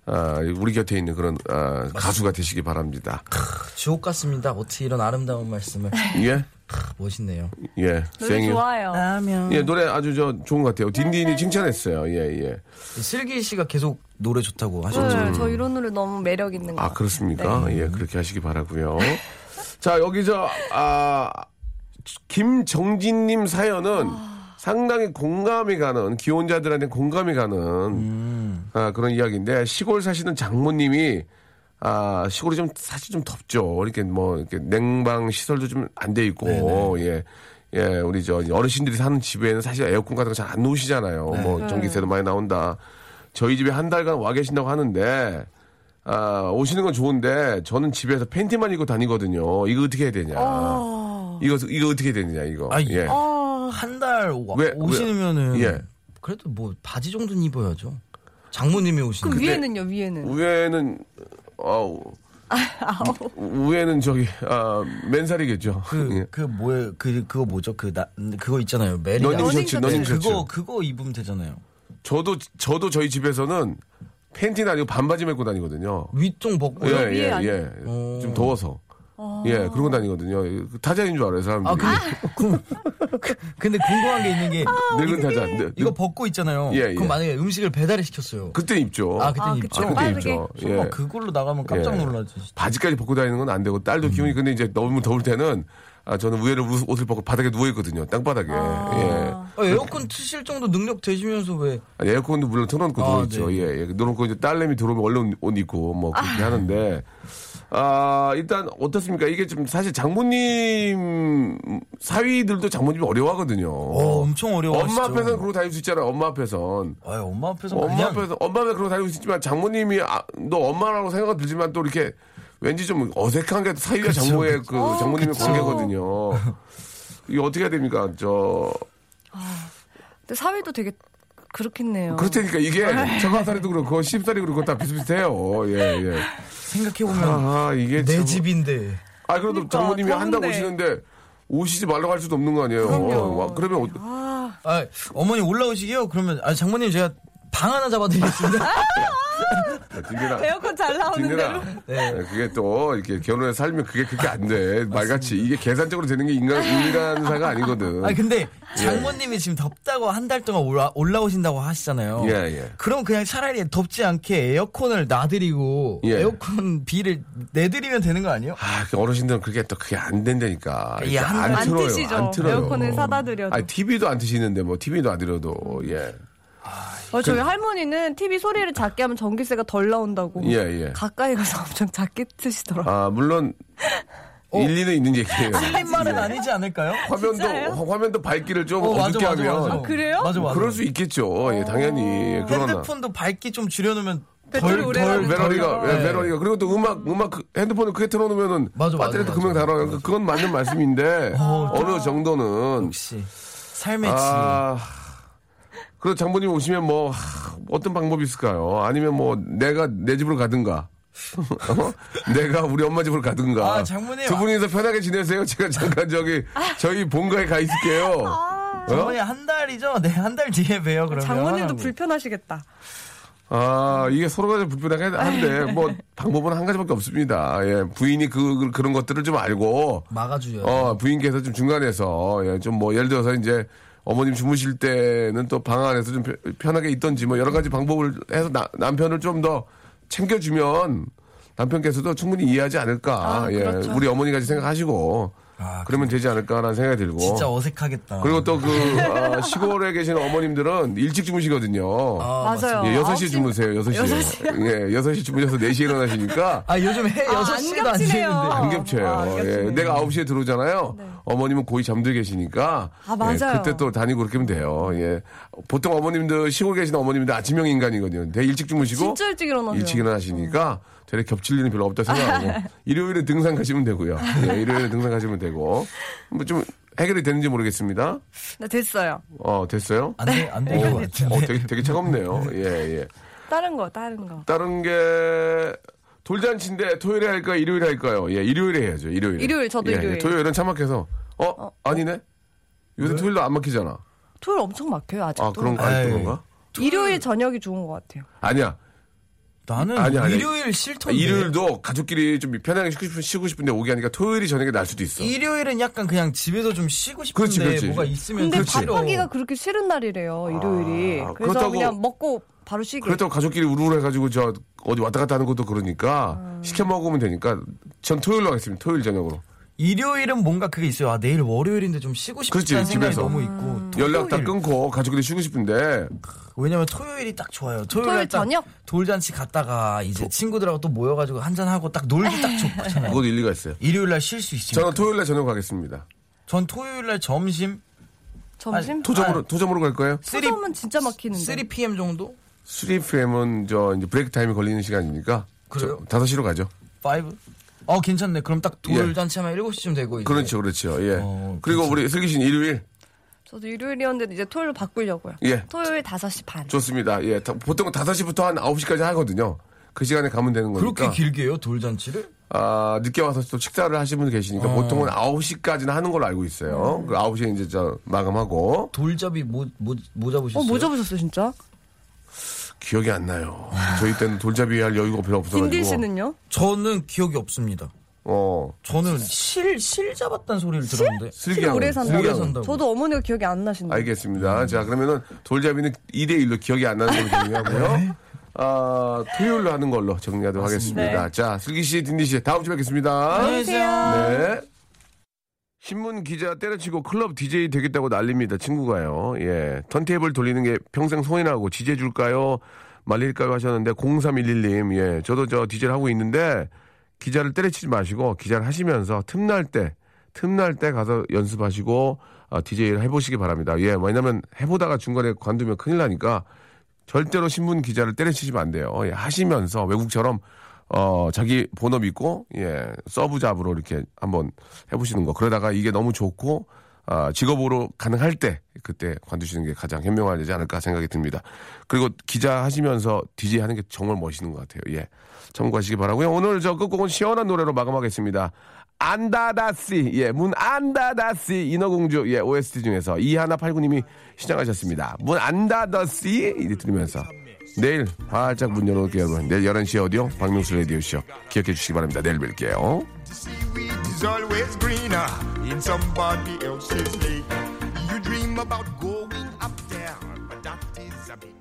[SPEAKER 1] 아, 우리 곁에 있는 그런 아, 가수가 되시기 바랍니다.
[SPEAKER 5] 주옥 같습니다. 어떻게 이런 아름다운 말씀을
[SPEAKER 4] 네.
[SPEAKER 1] 예,
[SPEAKER 5] 멋있네요.
[SPEAKER 1] 예,
[SPEAKER 4] 노래
[SPEAKER 1] 생일.
[SPEAKER 4] 좋아요. 네,
[SPEAKER 5] 라면.
[SPEAKER 1] 예, 노래 아주 저 좋은 것 같아요. 딘딘이 칭찬했어요. 예, 예.
[SPEAKER 5] 슬기 씨가 계속 노래 좋다고 하셨죠.
[SPEAKER 4] 네, 저 이런 노래 너무 매력 있는 네. 거.
[SPEAKER 1] 음. 아 그렇습니까? 예, 그렇게 하시기 바라고요. 자 여기 저아 김정진님 사연은 상당히 공감이 가는 기혼자들한테 공감이 가는
[SPEAKER 4] 음.
[SPEAKER 1] 아, 그런 이야기인데 시골 사시는 장모님이 아 시골이 좀 사실 좀 덥죠. 이렇게 뭐 이렇게 냉방 시설도 좀 안 돼 있고 예. 예, 우리 저 어르신들이 사는 집에는 사실 에어컨 같은 거 잘 안 놓으시잖아요. 뭐 전기세도 많이 나온다. 저희 집에 한 달간 와 계신다고 하는데 아, 오시는 건 좋은데 저는 집에서 팬티만 입고 다니거든요. 이거 어떻게 해야 되냐? 이거 이거 어떻게 해야 되냐 이거.
[SPEAKER 5] 아,
[SPEAKER 1] 예.
[SPEAKER 5] 한 달
[SPEAKER 1] 왜,
[SPEAKER 5] 오시면은
[SPEAKER 1] 왜? 예.
[SPEAKER 5] 그래도 뭐 바지 정도는 입어야죠. 장모님이 오시는
[SPEAKER 4] 그럼
[SPEAKER 5] 데
[SPEAKER 4] 위에는요, 위에는.
[SPEAKER 1] 우에는 어
[SPEAKER 5] 아,
[SPEAKER 1] 우에는 저기 아, 맨살이겠죠.
[SPEAKER 5] 그,
[SPEAKER 1] 예.
[SPEAKER 5] 그 뭐에 그 그거 뭐죠? 그 나 그거 있잖아요. 메리
[SPEAKER 1] 러닝
[SPEAKER 4] 러닝
[SPEAKER 1] 셔츠,
[SPEAKER 4] 셔츠.
[SPEAKER 1] 러닝 셔츠.
[SPEAKER 5] 그거 그거 입으면 되잖아요.
[SPEAKER 1] 저도 저도 저희 집에서는 팬티는 아니고 반바지만 입고 다니거든요.
[SPEAKER 5] 윗종 벗고
[SPEAKER 1] 예,
[SPEAKER 5] 요
[SPEAKER 1] 예,
[SPEAKER 4] 아니-
[SPEAKER 1] 예.
[SPEAKER 5] 어.
[SPEAKER 1] 좀 더워서. 예, 그러고 다니거든요. 타자인 줄 알아요, 사람들이.
[SPEAKER 5] 아, 근데, 그- 근데 궁금한 게 있는 게
[SPEAKER 4] 아.
[SPEAKER 1] 늙은
[SPEAKER 5] 아,
[SPEAKER 1] 타자. 늙-
[SPEAKER 5] 이거 벗고 있잖아요.
[SPEAKER 1] 예, 예.
[SPEAKER 5] 그럼 만약에 음식을 배달을 시켰어요.
[SPEAKER 1] 그때 입죠.
[SPEAKER 5] 아, 그때
[SPEAKER 4] 아,
[SPEAKER 5] 입죠.
[SPEAKER 4] 그쵸.
[SPEAKER 1] 그때
[SPEAKER 4] 빠르게.
[SPEAKER 1] 입죠.
[SPEAKER 5] 정말 그걸로 나가면 깜짝
[SPEAKER 1] 예.
[SPEAKER 5] 놀라지. 진짜.
[SPEAKER 1] 바지까지 벗고 다니는 건 안 되고 딸도
[SPEAKER 5] 음.
[SPEAKER 1] 기운이 근데 이제 너무 더울 때는 아 저는 우회를 우- 옷을 벗고 바닥에 누워 있거든요 땅바닥에
[SPEAKER 5] 아, 에어컨 트실 정도 능력 되시면서 왜
[SPEAKER 1] 예 에어컨도 물론 틀어놓고
[SPEAKER 5] 아,
[SPEAKER 1] 누워 있죠
[SPEAKER 5] 네.
[SPEAKER 1] 예, 예 누워놓고 이제 딸내미 들어오면 얼른 옷 입고 뭐 그렇게 하는데 아 일단 어떻습니까 이게 좀 사실 장모님 사위들도 장모님이 어려워하거든요
[SPEAKER 5] 어, 엄청 어려워하시죠.
[SPEAKER 1] 엄마 앞에서는 그러고 다닐 수 있잖아요 엄마 앞에선
[SPEAKER 5] 아유, 엄마 앞에서
[SPEAKER 1] 엄마
[SPEAKER 5] 그냥
[SPEAKER 1] 앞에서 엄마는 그러고 다니고 있지만 장모님이 아, 너 엄마라고 생각 들지만 또 이렇게 왠지 좀 어색한 게 사위와 장모의 그 장모님의 관계거든요. 이거 어떻게 해야 됩니까? 저
[SPEAKER 4] 근데 사위도 되게 그렇겠네요.
[SPEAKER 1] 그렇다니까 이게
[SPEAKER 4] 아.
[SPEAKER 1] 저가살이도 그렇고 시집살이 그렇고 다 비슷비슷해요. 예, 예.
[SPEAKER 5] 생각해보면
[SPEAKER 1] 아, 이게
[SPEAKER 5] 내
[SPEAKER 1] 참-
[SPEAKER 5] 집인데
[SPEAKER 1] 아, 그래도
[SPEAKER 4] 그러니까,
[SPEAKER 1] 장모님이 한다고
[SPEAKER 4] 더운데.
[SPEAKER 1] 오시는데 오시지 말라고 할 수도 없는 거 아니에요.
[SPEAKER 4] 그럼요.
[SPEAKER 1] 와, 그러면 어-
[SPEAKER 5] 아, 어머니 올라오시게요? 그러면 아, 장모님 제가 방 하나 잡아드리겠습니다.
[SPEAKER 1] 야, 딘딘아.
[SPEAKER 4] 에어컨 잘 나오는 대로.
[SPEAKER 1] 딘딘아. 네, 그게 또 이렇게 결혼해 살면 그게 그게 안 돼. 말같이 이게 계산적으로 되는 게 인간 인간사가 아니거든.
[SPEAKER 5] 아 근데
[SPEAKER 1] 예.
[SPEAKER 5] 장모님이 지금 덥다고 한 달 동안 올라, 올라오신다고 하시잖아요.
[SPEAKER 1] 예, 예.
[SPEAKER 5] 그럼 그냥 차라리 덥지 않게 에어컨을 놔드리고
[SPEAKER 1] 예.
[SPEAKER 5] 에어컨 비를 내드리면 되는 거 아니에요?
[SPEAKER 1] 아, 그 어르신들은 그게 또 그게 안 된다니까.
[SPEAKER 5] 예,
[SPEAKER 1] 안,
[SPEAKER 5] 한-
[SPEAKER 4] 안
[SPEAKER 1] 틀어요.
[SPEAKER 4] 드시죠.
[SPEAKER 1] 안 틀어요.
[SPEAKER 4] 에어컨을 사다 드려도.
[SPEAKER 1] 아니, TV도 안 드시는데 뭐 TV도 안 드려도 예.
[SPEAKER 4] 어, 저희 할머니는 TV 소리를 작게 하면 전기세가 덜 나온다고.
[SPEAKER 1] 예, 예.
[SPEAKER 4] 가까이 가서 엄청 작게 트시더라고요.
[SPEAKER 1] 아, 물론 일리는 있는 얘기예요.
[SPEAKER 5] 틀린 말은 아니지 않을까요?
[SPEAKER 1] 화면도 화면도 밝기를 좀
[SPEAKER 5] 어, 맞아,
[SPEAKER 1] 어둡게
[SPEAKER 5] 맞아,
[SPEAKER 1] 하면
[SPEAKER 5] 맞아.
[SPEAKER 4] 그래요?
[SPEAKER 5] 맞아, 맞아.
[SPEAKER 1] 그럴 수 있겠죠. 예, 당연히. 그러나
[SPEAKER 5] 어, 핸드폰도 밝기 좀 줄여놓으면
[SPEAKER 4] 배터리 오래 가는 거.
[SPEAKER 1] 메러리가 예,
[SPEAKER 5] 네.
[SPEAKER 1] 메러리가 그리고 또 음악 음악 그- 핸드폰을 크게 틀어놓으면은
[SPEAKER 5] 맞아, 맞아,
[SPEAKER 1] 배터리도
[SPEAKER 5] 맞아.
[SPEAKER 1] 금방 달아요. 그건 맞는 말씀인데 어느 정도는
[SPEAKER 5] 역시 삶의 질.
[SPEAKER 1] 아 그래서 장모님 오시면 뭐 하, 어떤 방법이 있을까요? 아니면 뭐 내가 내 집으로 가든가. 어? 내가 우리 엄마 집으로 가든가.
[SPEAKER 5] 아, 장모님.
[SPEAKER 1] 두 분이서 편하게 지내세요. 제가 잠깐 저기
[SPEAKER 5] 아.
[SPEAKER 1] 저희 본가에 가 있을게요. 어?
[SPEAKER 5] 장모님 한 달이죠? 네, 한 달 뒤에 봬요, 그러면.
[SPEAKER 4] 장모님도 불편하시겠다.
[SPEAKER 1] 아, 이게 서로가 좀 불편하긴 한데, 뭐, 방법은 한 가지밖에 없습니다. 예, 부인이 그, 그- 그런 것들을 좀 알고,
[SPEAKER 5] 막아줘요.
[SPEAKER 1] 어, 부인께서 좀 중간에서, 예, 좀 뭐, 예를 들어서 이제, 어머님 주무실 때는 또 방 안에서 좀 편- 편하게 있던지, 뭐, 여러 가지 방법을 해서 나- 남편을 좀 더 챙겨주면, 남편께서도 충분히 이해하지 않을까. 예, 우리 어머니 같이 생각하시고, 그러면 되지 않을까라는 생각이 들고.
[SPEAKER 5] 아, 진짜 어색하겠다.
[SPEAKER 1] 뭐. 그리고 또 그, 아, 시골에 계신 어머님들은 일찍 주무시거든요.
[SPEAKER 4] 맞아요.
[SPEAKER 1] 예, 6시
[SPEAKER 4] 아홉 시-
[SPEAKER 1] 주무세요, 6시.
[SPEAKER 4] 여섯 시요?
[SPEAKER 1] 예, 6시 주무셔서 4시에 일어나시니까
[SPEAKER 5] 아, 요즘 해
[SPEAKER 4] 아,
[SPEAKER 5] 여섯
[SPEAKER 4] 안
[SPEAKER 5] 시도 안
[SPEAKER 4] 겹치네요.
[SPEAKER 5] 되는데.
[SPEAKER 1] 안 겹쳐요.
[SPEAKER 4] 아, 안
[SPEAKER 1] 예,
[SPEAKER 4] 겹치네요. 네.
[SPEAKER 1] 내가 9시에 들어오잖아요. 어머님은 거의 잠들 계시니까.
[SPEAKER 4] 아, 맞아요.
[SPEAKER 1] 예, 그때 또 다니고 그렇게 하면 돼요. 예. 보통 어머님들, 시골 계신 어머님들 아침형 인간이거든요. 되게 일찍 주무시고.
[SPEAKER 4] 진짜 음. 일찍 일어나세요.
[SPEAKER 1] 일찍 일어나시니까 되게 겹칠 일은 별로 없다 생각하고. 일요일에 등산 가시면 되고요. 예, 일요일에 등산 가시면 되고. 뭐 좀 해결이 되는지 모르겠습니다.
[SPEAKER 4] 네, 됐어요.
[SPEAKER 1] 어, 됐어요?
[SPEAKER 4] 아,
[SPEAKER 5] 안 돼, 안
[SPEAKER 1] 어,
[SPEAKER 4] 네.
[SPEAKER 5] 되는 것 같은데.
[SPEAKER 1] 어, 되게, 되게 차갑네요. 예, 예.
[SPEAKER 4] 다른 거, 다른 거.
[SPEAKER 1] 다른 게 돌잔치인데 토요일에 할까요? 일요일에 할까요? 예, 일요일에 해야죠. 일요일에.
[SPEAKER 4] 일요일, 저도
[SPEAKER 1] 예,
[SPEAKER 4] 일요일.
[SPEAKER 1] 예, 토요일은 차막해서 어? 아니네. 요새 토요일도 안 막히잖아.
[SPEAKER 4] 토요일 엄청 막혀요, 아직도.
[SPEAKER 1] 아, 그런 거 아니,
[SPEAKER 5] 에이.
[SPEAKER 1] 그런가?
[SPEAKER 4] 일요일 저녁이 좋은 것 같아요.
[SPEAKER 1] 아니야.
[SPEAKER 5] 나는
[SPEAKER 1] 아니, 아니.
[SPEAKER 5] 일요일 싫던데.
[SPEAKER 1] 일요일도 가족끼리 좀 편하게 쉬고, 싶, 쉬고 싶은데 오게 하니까 토요일이 저녁에 날 수도 있어.
[SPEAKER 5] 일요일은 약간 그냥 집에서 좀 쉬고 싶은데
[SPEAKER 1] 그렇지, 그렇지.
[SPEAKER 5] 뭐가 있으면
[SPEAKER 4] 근데
[SPEAKER 5] 그렇지.
[SPEAKER 4] 밥하기가 그렇게 싫은 날이래요, 일요일이.
[SPEAKER 1] 아,
[SPEAKER 4] 그래서
[SPEAKER 1] 그렇다고-
[SPEAKER 4] 그냥 먹고 바로 쉬게.
[SPEAKER 1] 그렇다고 가족끼리 우르르 해가지고 저 어디 왔다 갔다 하는 것도 그러니까 시켜 먹으면 되니까 전 토요일로 하겠습니다. 토요일 저녁으로.
[SPEAKER 5] 일요일은 뭔가 그게 있어요. 아, 내일 월요일인데 좀 쉬고 싶다는
[SPEAKER 1] 그렇지,
[SPEAKER 5] 생각이
[SPEAKER 1] 집에서.
[SPEAKER 5] 너무
[SPEAKER 4] 음.
[SPEAKER 5] 있고.
[SPEAKER 1] 연락 다
[SPEAKER 5] 토요일.
[SPEAKER 1] 끊고 가족끼리 쉬고 싶은데
[SPEAKER 5] 왜냐면 토요일이 딱 좋아요. 토요일,
[SPEAKER 4] 토요일 저녁?
[SPEAKER 5] 돌잔치 갔다가 이제 친구들하고 또 모여가지고 한잔하고 딱 놀기 딱 좋잖아요.
[SPEAKER 1] 그것도 일리가 있어요.
[SPEAKER 5] 일요일날 쉴 수 있으니까.
[SPEAKER 1] 저는 토요일날 저녁 가겠습니다.
[SPEAKER 4] 아.
[SPEAKER 5] 전 토요일날 점심
[SPEAKER 4] 점심? 아,
[SPEAKER 1] 토점으로 토점으로 갈 거예요?
[SPEAKER 5] 쓰리-
[SPEAKER 4] 토점은 진짜 막히는데.
[SPEAKER 5] 3pm 정도?
[SPEAKER 1] 3PM은 저 이제 브레이크 타임이 걸리는 시간이니까
[SPEAKER 5] 그래요?
[SPEAKER 1] 저 5시로 가죠.
[SPEAKER 5] 5? 어, 괜찮네. 그럼 딱 돌잔치 하면 7시쯤 되고 이제.
[SPEAKER 1] 예. 그렇죠, 그렇죠. 예.
[SPEAKER 5] 어,
[SPEAKER 1] 그리고 우리 슬기 씨는 일요일
[SPEAKER 4] 저도 일요일이었는데 이제 토요일로 바꾸려고요.
[SPEAKER 1] 예.
[SPEAKER 4] 토요일 5시 반.
[SPEAKER 1] 좋습니다. 예. 다- 보통 5시부터 한 9시까지 하거든요. 그 시간에 가면 되는
[SPEAKER 5] 그렇게
[SPEAKER 1] 거니까.
[SPEAKER 5] 길게요, 돌잔치를?
[SPEAKER 1] 아, 늦게 와서 또 식사를 하시는 분 계시니까
[SPEAKER 5] 아.
[SPEAKER 1] 보통은 9시까지는 하는 걸로 알고 있어요. 그 9시에 이제 저 마감하고
[SPEAKER 5] 돌잡이 뭐, 뭐, 뭐
[SPEAKER 4] 어,
[SPEAKER 5] 잡으셨어요?
[SPEAKER 4] 뭐 잡으셨어요, 진짜?
[SPEAKER 1] 기억이 안 나요. 저희 때는 돌잡이 할 여유가 별로 없어 가지고.
[SPEAKER 4] 김진 씨는요?
[SPEAKER 5] 저는 기억이 없습니다.
[SPEAKER 1] 어.
[SPEAKER 5] 저는 실, 실 잡았다는 소리를 들었는데.
[SPEAKER 1] 슬기
[SPEAKER 4] 실
[SPEAKER 1] 양.
[SPEAKER 4] 오래 산다고.
[SPEAKER 1] 슬기
[SPEAKER 5] 오래
[SPEAKER 1] 양.
[SPEAKER 5] 산다고.
[SPEAKER 4] 저도 어머니가 기억이 안 나신다.
[SPEAKER 1] 알겠습니다. 자, 그러면은 돌잡이는 2대1로 기억이 안 나는 걸로 정리하고요. 아, 토요일로 하는 걸로 정리하도록 하겠습니다.
[SPEAKER 4] 네.
[SPEAKER 1] 자, 슬기 씨, 딘디 씨, 다음 주에 뵙겠습니다.
[SPEAKER 5] 안녕하세요.
[SPEAKER 1] 네. 신문 기자 때려치고 클럽 DJ 되겠다고 난립니다. 친구가요. 예. 턴테이블 돌리는 게 평생 소인하고 지지해 줄까요? 말릴까요? 하셨는데 0311님. 예. 저도 저 DJ를 하고 있는데 기자를 때려치지 마시고 기자를 하시면서 틈날 때 틈날 때 가서 연습하시고 아, DJ를 해보시기 바랍니다. 예. 왜냐면 해보다가 중간에 관두면 큰일 나니까 절대로 신문 기자를 때려치시면 안 돼요. 예, 하시면서 외국처럼 어, 자기 본업 있고 예, 서브 잡으로 이렇게 한번 해보시는 거. 그러다가 이게 너무 좋고 아, 직업으로 가능할 때 그때 관두시는 게 가장 현명하지 않을까 생각이 듭니다. 그리고 기자 하시면서 DJ 하는 게 정말 멋있는 것 같아요. 예. 참고하시기 바라고요. 오늘 저 끝곡은 시원한 노래로 마감하겠습니다. 안다다씨, 예, 문 안다다씨, 인어공주, 예, OST 중에서 이하나팔구님이 시작하셨습니다. 문 안다다씨, 이제 들으면서 내일 활짝 문 열어놓을게요, 여러분. 내일 11시에 어디요? 박명수 라디오쇼. 기억해 주시기 바랍니다. 내일 뵐게요.
[SPEAKER 6] seaweed is always greener in somebody else's lake. You dream about going up there, but that is a big